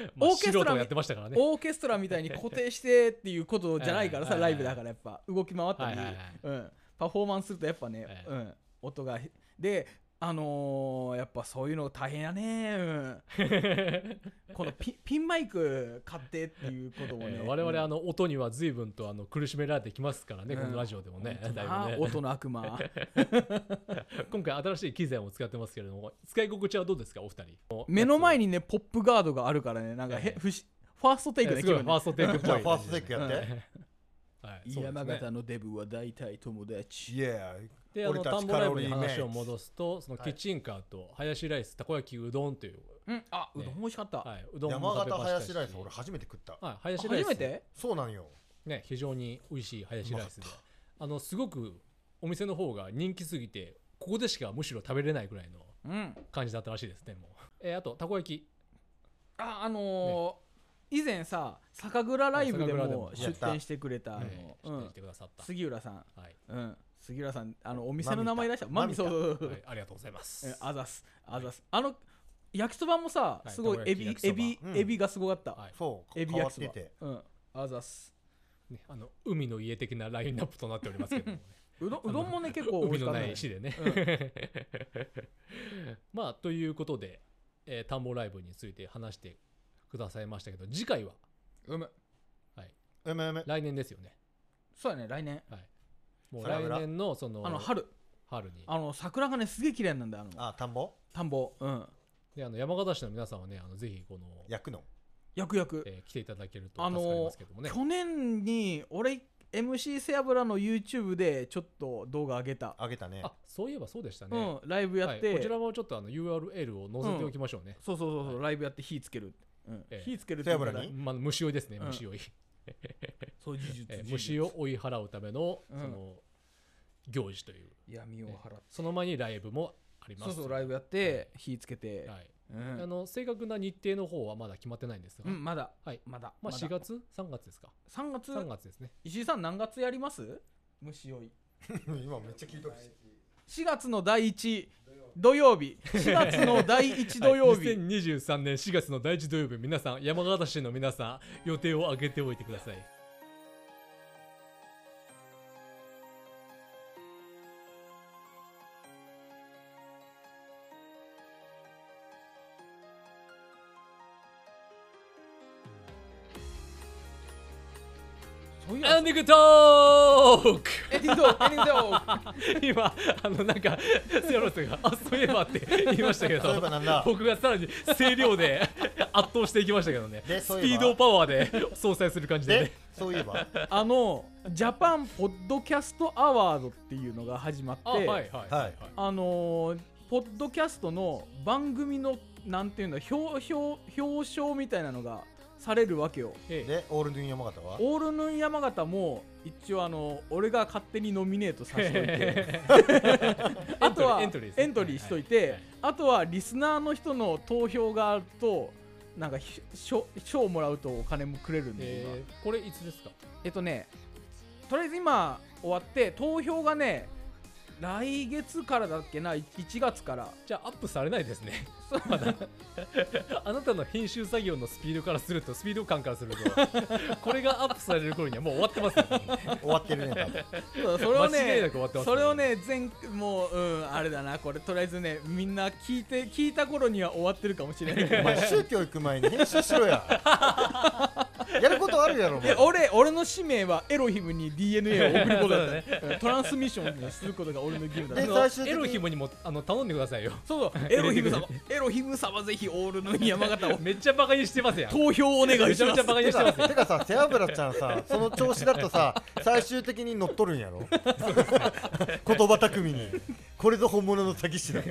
[SPEAKER 1] う
[SPEAKER 3] まあ
[SPEAKER 1] オーケストラ
[SPEAKER 3] 素人がやってましたからね
[SPEAKER 1] オーケストラみたいに固定してっていうことじゃないからさ、
[SPEAKER 3] はいは
[SPEAKER 1] ラ
[SPEAKER 3] い
[SPEAKER 1] イ
[SPEAKER 3] は
[SPEAKER 1] ブ
[SPEAKER 3] い
[SPEAKER 1] だからやっぱ動き回ったり、
[SPEAKER 3] はいはいはい
[SPEAKER 1] うん、パフォーマンスするとやっぱね、
[SPEAKER 3] はい
[SPEAKER 1] うん、音がであのーやっぱそういうの大変やね、うん、 このピピンマイク買ってっていうこともね
[SPEAKER 3] えー我々
[SPEAKER 1] は
[SPEAKER 3] あの音には随分とあの苦しめられてきますからね、このラジオでもね、だいぶね
[SPEAKER 1] 音の悪 魔
[SPEAKER 3] 今回新しい機材も使ってますけれども使い心地はどうですかお二人
[SPEAKER 1] 目の前
[SPEAKER 3] に
[SPEAKER 1] にねポップガードがあるからねなんかへ、
[SPEAKER 3] ええ
[SPEAKER 1] 不思ファーストテイクで
[SPEAKER 3] すごいファー
[SPEAKER 1] ね
[SPEAKER 3] ストテイクっぽい
[SPEAKER 2] じゃあファーストテイクやって、
[SPEAKER 3] はいそうですね
[SPEAKER 1] 山形のデブは大体友達
[SPEAKER 2] いや
[SPEAKER 3] であの
[SPEAKER 2] 俺た
[SPEAKER 3] 田
[SPEAKER 2] ち
[SPEAKER 3] んぼライ
[SPEAKER 2] カ
[SPEAKER 3] ブ
[SPEAKER 2] ロリ
[SPEAKER 3] に
[SPEAKER 2] ーメイト
[SPEAKER 3] 話を戻すとその
[SPEAKER 2] はい
[SPEAKER 3] キッチンカーとハヤシライスたこ焼きうどんという、
[SPEAKER 1] うんあうどん美味しかった、
[SPEAKER 3] はいうどん
[SPEAKER 2] 山
[SPEAKER 3] も食べ
[SPEAKER 2] 形
[SPEAKER 3] ま
[SPEAKER 2] ハ
[SPEAKER 3] した
[SPEAKER 2] ヤ
[SPEAKER 3] し
[SPEAKER 2] シライス俺初めて食った
[SPEAKER 3] はいハヤシライス
[SPEAKER 1] 初めて
[SPEAKER 2] そうなんよ
[SPEAKER 3] ね非常に美味しいハヤシライスで
[SPEAKER 2] うまか
[SPEAKER 3] あのすごくお店の方が人気すぎてここでしかむしろ食べれないぐらいの
[SPEAKER 1] うん
[SPEAKER 3] 感じだったらしいですねもう、えーあとたこ焼き
[SPEAKER 1] ああのー以前さ酒蔵ライブで
[SPEAKER 3] 酒蔵で
[SPEAKER 1] も
[SPEAKER 3] も
[SPEAKER 1] 出店してくれたあの
[SPEAKER 3] えー
[SPEAKER 1] う
[SPEAKER 3] 出演
[SPEAKER 1] ん
[SPEAKER 3] してくださった、
[SPEAKER 1] 杉浦さん
[SPEAKER 3] はい
[SPEAKER 1] うん杉浦さんあのお店の名前出したマ
[SPEAKER 2] マ
[SPEAKER 1] ミ
[SPEAKER 2] ミ
[SPEAKER 1] そ
[SPEAKER 2] タ
[SPEAKER 1] うそうそう
[SPEAKER 3] はい、ありがとうございます
[SPEAKER 1] えあざすあざすあの焼きそばもさ
[SPEAKER 3] はい
[SPEAKER 1] すごいエビ
[SPEAKER 3] 卵焼き
[SPEAKER 1] エ
[SPEAKER 3] 焼
[SPEAKER 1] ビ
[SPEAKER 2] ば
[SPEAKER 3] きそ
[SPEAKER 2] うん
[SPEAKER 1] エビがすごかった
[SPEAKER 3] はい
[SPEAKER 2] そう
[SPEAKER 1] エビ
[SPEAKER 2] 変わ
[SPEAKER 1] 焼
[SPEAKER 2] っ
[SPEAKER 1] きそば
[SPEAKER 2] てて
[SPEAKER 1] うんあざす
[SPEAKER 3] ね、あの海の家的なラインナップとなっておりますけどもね
[SPEAKER 1] うどんうどんもね結構美味
[SPEAKER 3] 海
[SPEAKER 1] しか
[SPEAKER 3] の
[SPEAKER 1] っ
[SPEAKER 3] な
[SPEAKER 1] た
[SPEAKER 3] い
[SPEAKER 1] ね
[SPEAKER 3] 市でね、 まあということで、えー、田んぼライブについて話してくださいましたけど次回は
[SPEAKER 1] うむ
[SPEAKER 2] うめうめ
[SPEAKER 3] 来年ですよね
[SPEAKER 1] そうやね来年
[SPEAKER 3] もう
[SPEAKER 2] それは
[SPEAKER 3] 来
[SPEAKER 2] 裏
[SPEAKER 3] 年のその
[SPEAKER 1] あの春
[SPEAKER 3] 春に
[SPEAKER 1] あの桜がねすげえ綺麗なんだよあの
[SPEAKER 2] あ田んぼ
[SPEAKER 1] 田んぼうん
[SPEAKER 3] であの山形市の皆さんはねあのぜひこの、
[SPEAKER 2] 焼くの
[SPEAKER 1] よくよく
[SPEAKER 3] えー来ていただけると
[SPEAKER 1] あの
[SPEAKER 3] 助かりますけどもね、
[SPEAKER 1] 去年に俺 MC セアブラの YouTube でちょっと動画上げた、
[SPEAKER 2] あげたね
[SPEAKER 3] あそういえばそうでしたね、
[SPEAKER 1] うん、ライブやって、
[SPEAKER 3] はい、こちらもちょっとあの URL を載せておきましょうね、
[SPEAKER 1] そうそうそうそう、ライブやって火つける、うん
[SPEAKER 3] ええ
[SPEAKER 1] 火つける
[SPEAKER 2] セアブラに
[SPEAKER 1] 言うんだ
[SPEAKER 3] まあ、虫追いですね
[SPEAKER 1] うん
[SPEAKER 3] 虫追い、
[SPEAKER 1] そう事実
[SPEAKER 3] えー
[SPEAKER 1] 事実
[SPEAKER 3] 虫を追い払うための
[SPEAKER 1] うん
[SPEAKER 3] その行事という、
[SPEAKER 1] 闇を払って、
[SPEAKER 3] その前にライブもあります
[SPEAKER 1] そうそうライブやって火つけて、
[SPEAKER 3] はい
[SPEAKER 1] うん
[SPEAKER 3] あの正確な日程の方はまだ決まってないんですが、
[SPEAKER 1] うんまだ
[SPEAKER 3] はい
[SPEAKER 1] まだ、
[SPEAKER 3] まあ、
[SPEAKER 1] だ
[SPEAKER 3] 4月3月ですか
[SPEAKER 1] 3月
[SPEAKER 3] 3月ですね
[SPEAKER 1] 石井さん何月やります虫追い
[SPEAKER 2] 今めっちゃ聞いとるし
[SPEAKER 1] 4月の第1土曜日4月の第1土曜日、
[SPEAKER 3] はい2023年4月の第1土曜日皆さん山形市の皆さん予定を上げておいてください
[SPEAKER 1] そういや
[SPEAKER 3] エンディングトーク
[SPEAKER 1] エンディングトークエンディングトーク
[SPEAKER 3] 今あのなんかセアロスが「あそういえば」って言いましたけ
[SPEAKER 2] そういえば
[SPEAKER 3] ど
[SPEAKER 2] なん だ
[SPEAKER 3] 僕がさらに声量で 圧倒していきましたけどね
[SPEAKER 2] で
[SPEAKER 3] ス
[SPEAKER 2] そうい
[SPEAKER 3] ピ
[SPEAKER 2] え
[SPEAKER 3] ー
[SPEAKER 2] ば
[SPEAKER 3] ドパワーで 相殺する感じでね
[SPEAKER 2] でそういえば
[SPEAKER 1] あのジャパンポッドキャストアワードっていうのが始まって
[SPEAKER 3] あ
[SPEAKER 1] あ、
[SPEAKER 3] はいはいはい、
[SPEAKER 2] はい
[SPEAKER 1] のーポッドキャストの番組のなんていうんだ表表表彰みたいなのがされるわけよ
[SPEAKER 3] ええ
[SPEAKER 2] でオールドゥン山形は
[SPEAKER 1] オールヌン山形も一応あの俺が勝手にノミネートさせとい てあとは
[SPEAKER 3] エ
[SPEAKER 1] エ
[SPEAKER 3] ン
[SPEAKER 1] ント
[SPEAKER 3] トリ
[SPEAKER 1] リ
[SPEAKER 3] ーですね
[SPEAKER 1] ーしといて、
[SPEAKER 3] はいはい
[SPEAKER 1] あとはリスナーの人の投票があるとなんかひ賞賞もらうとお金もくれるんで、今
[SPEAKER 3] えーこれいつですか
[SPEAKER 1] えっとね、とりあえず今終わって、投票がね、来月からだっけな、い1月から。
[SPEAKER 3] じゃあアップされないですね
[SPEAKER 1] そう
[SPEAKER 3] あなたの編集作業のスピードからするとスピード感からするとこれがアップされる頃にはもう終わってますよ、
[SPEAKER 2] 終わってるね多分
[SPEAKER 1] そうそれを
[SPEAKER 3] 間違いな
[SPEAKER 1] ね
[SPEAKER 3] く終わってますね
[SPEAKER 1] それをね、全もう、うん、あれだな、これ、とりあえずね、みんな聞いて、聞いた頃には終わってるかもしれ ないけ
[SPEAKER 2] お
[SPEAKER 1] ど。
[SPEAKER 2] 前宗教行く前に編集しろややることあるやろお
[SPEAKER 1] え
[SPEAKER 2] 前
[SPEAKER 1] 俺俺の使命はエロヒムに DNA を送ることだ,、
[SPEAKER 3] そう
[SPEAKER 1] うんトランスミッションにすることが俺の義務だ
[SPEAKER 2] で
[SPEAKER 1] ね
[SPEAKER 3] あの
[SPEAKER 2] 最終的
[SPEAKER 3] エ
[SPEAKER 2] に
[SPEAKER 3] ロヒムにもあの頼んでくださいよ
[SPEAKER 1] そうそうエロヒム様エロヒム様ぜひオールの山形 を
[SPEAKER 3] めっちゃバカにしてますやん
[SPEAKER 1] 投票お願い
[SPEAKER 3] め
[SPEAKER 1] し
[SPEAKER 3] ちゃ
[SPEAKER 1] ま
[SPEAKER 3] めちゃ
[SPEAKER 1] す
[SPEAKER 3] バカに
[SPEAKER 2] て
[SPEAKER 3] してま
[SPEAKER 2] か
[SPEAKER 3] すよ
[SPEAKER 2] てかさ背脂ちゃんさその調子だとさ最終的に乗っとるんやろ言葉巧みにこれぞ本物の詐欺師 だ
[SPEAKER 1] い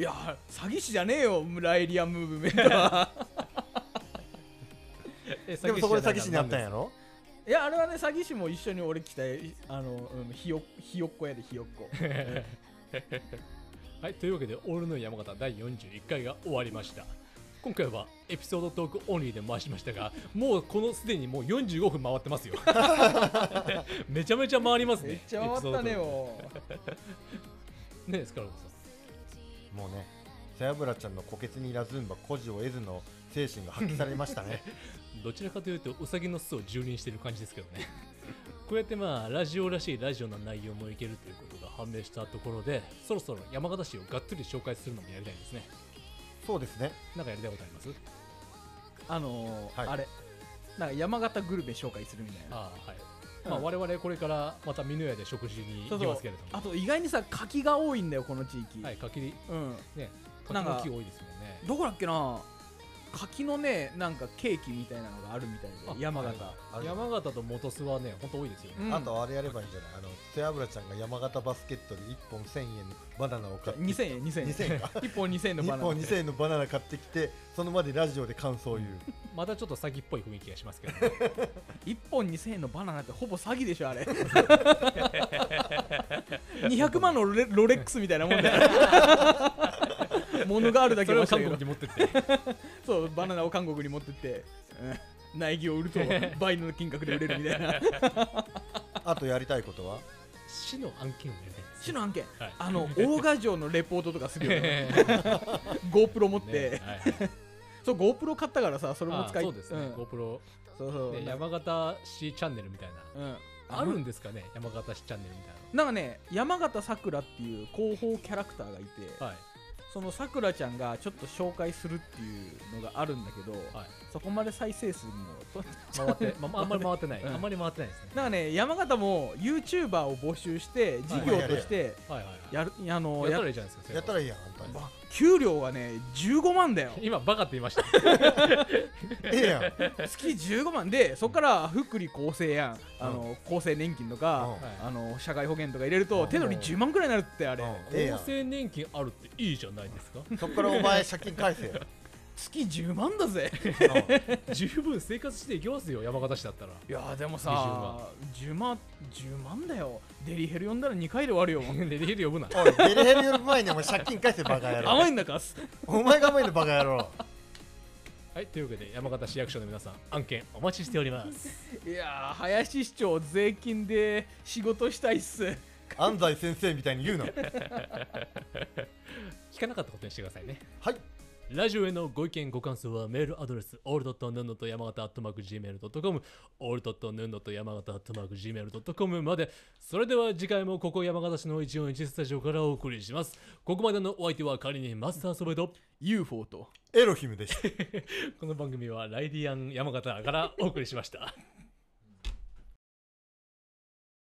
[SPEAKER 1] や詐欺師じゃねえよライリアンムーブメントは
[SPEAKER 3] え
[SPEAKER 2] でもそこで詐欺師になったん
[SPEAKER 3] ん
[SPEAKER 2] やろ
[SPEAKER 1] いやあれはね詐欺師も一緒に俺来たあの、うん、ひよひよっこやでひよっ こ
[SPEAKER 3] はいというわけで「オールの山形」第41回が終わりました今回はエピソードトークオンリーで回しましたがもうこのすでにもう45分回っ てますよめちゃめちゃ回りますね
[SPEAKER 1] めっちゃ終わったね
[SPEAKER 3] エピソードトー
[SPEAKER 1] よ
[SPEAKER 3] クねえスカルボさん
[SPEAKER 2] もうね背脂ちゃんの虎穴にいらずんば孤児を得ずの精神が発揮されました ね
[SPEAKER 3] どちらかというとウサギの巣を蹂躙してる感じですけどねこうやってまあラジオらしいラジオの内容もいけるということが判明したところでそろそろ山形市をがっつり紹介するのもやりたいですね
[SPEAKER 2] そうですね
[SPEAKER 3] なんかやりたいことあります
[SPEAKER 1] あのー
[SPEAKER 2] はい
[SPEAKER 1] あれなんか山形グルメ紹介するみたいな
[SPEAKER 3] ああはい、まあ我々これからまた美濃屋で食事に
[SPEAKER 1] そ
[SPEAKER 3] 行
[SPEAKER 1] う
[SPEAKER 3] き
[SPEAKER 1] そ
[SPEAKER 3] ます
[SPEAKER 1] う
[SPEAKER 3] けれども
[SPEAKER 1] あと意外にさ柿が多いんだよこの地域、
[SPEAKER 3] はいかきり
[SPEAKER 1] うん
[SPEAKER 3] ねかき
[SPEAKER 1] なんか
[SPEAKER 3] の木多いですもんね
[SPEAKER 1] どこだっけな柿のねなんかケーキみたいなのがあるみたい
[SPEAKER 3] あ
[SPEAKER 1] で山形、
[SPEAKER 2] あれ
[SPEAKER 3] 山形と元栖はねほんと多いですよね、
[SPEAKER 1] うん
[SPEAKER 2] あとあれやればいいんじゃないあの背脂ちゃんが山形バスケットで1本1000円のバナナを買って
[SPEAKER 1] 2000円2000円
[SPEAKER 2] 2000円か
[SPEAKER 1] 1本2000円のバ
[SPEAKER 2] 1
[SPEAKER 1] ナナ
[SPEAKER 2] 本2000円のバナナ買ってきてその場でラジオで感想を言う
[SPEAKER 3] またちょっと詐欺っぽい雰囲気がしますけど、
[SPEAKER 1] 1本2000円のバナナってほぼ詐欺でしょあ れ200万のロレロレックスみたいなもんだよ物がある だ
[SPEAKER 3] そ
[SPEAKER 1] け
[SPEAKER 3] れを
[SPEAKER 1] は
[SPEAKER 3] 韓国に持ってって
[SPEAKER 1] そうバナナを韓国に持ってって、うん苗木を売ると 倍の金額で売れるみたいな
[SPEAKER 2] あとやりたいことは
[SPEAKER 3] 死の案件をやりたいです
[SPEAKER 1] 市の案件、
[SPEAKER 3] はい
[SPEAKER 1] あの大賀城のレポートとかするよね GoPro 持って、
[SPEAKER 3] ねはいはい
[SPEAKER 1] そう GoPro 買ったからさそれも
[SPEAKER 3] あ
[SPEAKER 1] 使い
[SPEAKER 3] そうですね、
[SPEAKER 1] うん
[SPEAKER 3] GoPro、
[SPEAKER 1] そうそう、
[SPEAKER 3] ね、
[SPEAKER 1] なんか
[SPEAKER 3] 山形市チャンネルみたいな
[SPEAKER 1] うん、
[SPEAKER 3] あるんですかね山形市チャンネルみたい
[SPEAKER 1] なんかね山形さくらっていう広報キャラクターがいて
[SPEAKER 3] なはい
[SPEAKER 1] そのさくらちゃんがちょっと紹介するっていうのがあるんだけど、
[SPEAKER 3] はい
[SPEAKER 1] そこまで再生数もと
[SPEAKER 3] 回って、まあ、あんまり回ってない、
[SPEAKER 1] うん
[SPEAKER 3] あんまり回ってないですね
[SPEAKER 1] なんかね山形も YouTuber を募集して事業として
[SPEAKER 3] はいはいは
[SPEAKER 1] やるあの
[SPEAKER 3] いや
[SPEAKER 1] や
[SPEAKER 3] ったらいいじゃないですか
[SPEAKER 2] やった
[SPEAKER 3] ら
[SPEAKER 2] らいいやん、あんた。
[SPEAKER 1] わ給料がね15万だよ
[SPEAKER 3] 今バカって言いました
[SPEAKER 2] ええやん。
[SPEAKER 1] 月15万でそこから福利厚生やんあの、厚生年金とか、
[SPEAKER 2] うん
[SPEAKER 3] はい
[SPEAKER 1] あの社会保険とか入れると、
[SPEAKER 2] うん
[SPEAKER 1] 手取り10万くらいになるってあれ、
[SPEAKER 2] うん ええ や
[SPEAKER 3] 厚生年金あるっていいじゃないですか
[SPEAKER 2] ん。そっからお前、借金 返せよ。
[SPEAKER 1] 月10万だぜ
[SPEAKER 3] 十分生活していきますよ山形市だったら
[SPEAKER 1] いやーでもさ10万10万だよデリヘル呼んだら2回で終わるよ
[SPEAKER 3] でできる呼ぶな
[SPEAKER 2] おい、デレヘルより前にお前、借金返せ、バカ野郎。
[SPEAKER 1] 甘いんだかす
[SPEAKER 2] お前が甘いの、バカ野郎。
[SPEAKER 3] はいというわけで山形市役所の皆さん案件お待ちしております
[SPEAKER 1] いやー林市長税金で仕事したいっす
[SPEAKER 2] 安西先生みたいに言うな。は
[SPEAKER 3] 聞かなかったことにしてくださいね
[SPEAKER 2] い。
[SPEAKER 3] ラジオへのご意見ご感想はメールアドレス a l l n u n o と山形 .gmail.com a l l n u n o と山形 .gmail.com までそれでは次回もここ山形市の141スタジオからお送りしますここまでのお相手は仮にマスターソベと
[SPEAKER 1] UFO と
[SPEAKER 2] エロヒムでした。
[SPEAKER 3] この番組はライディアン山形からお送りしました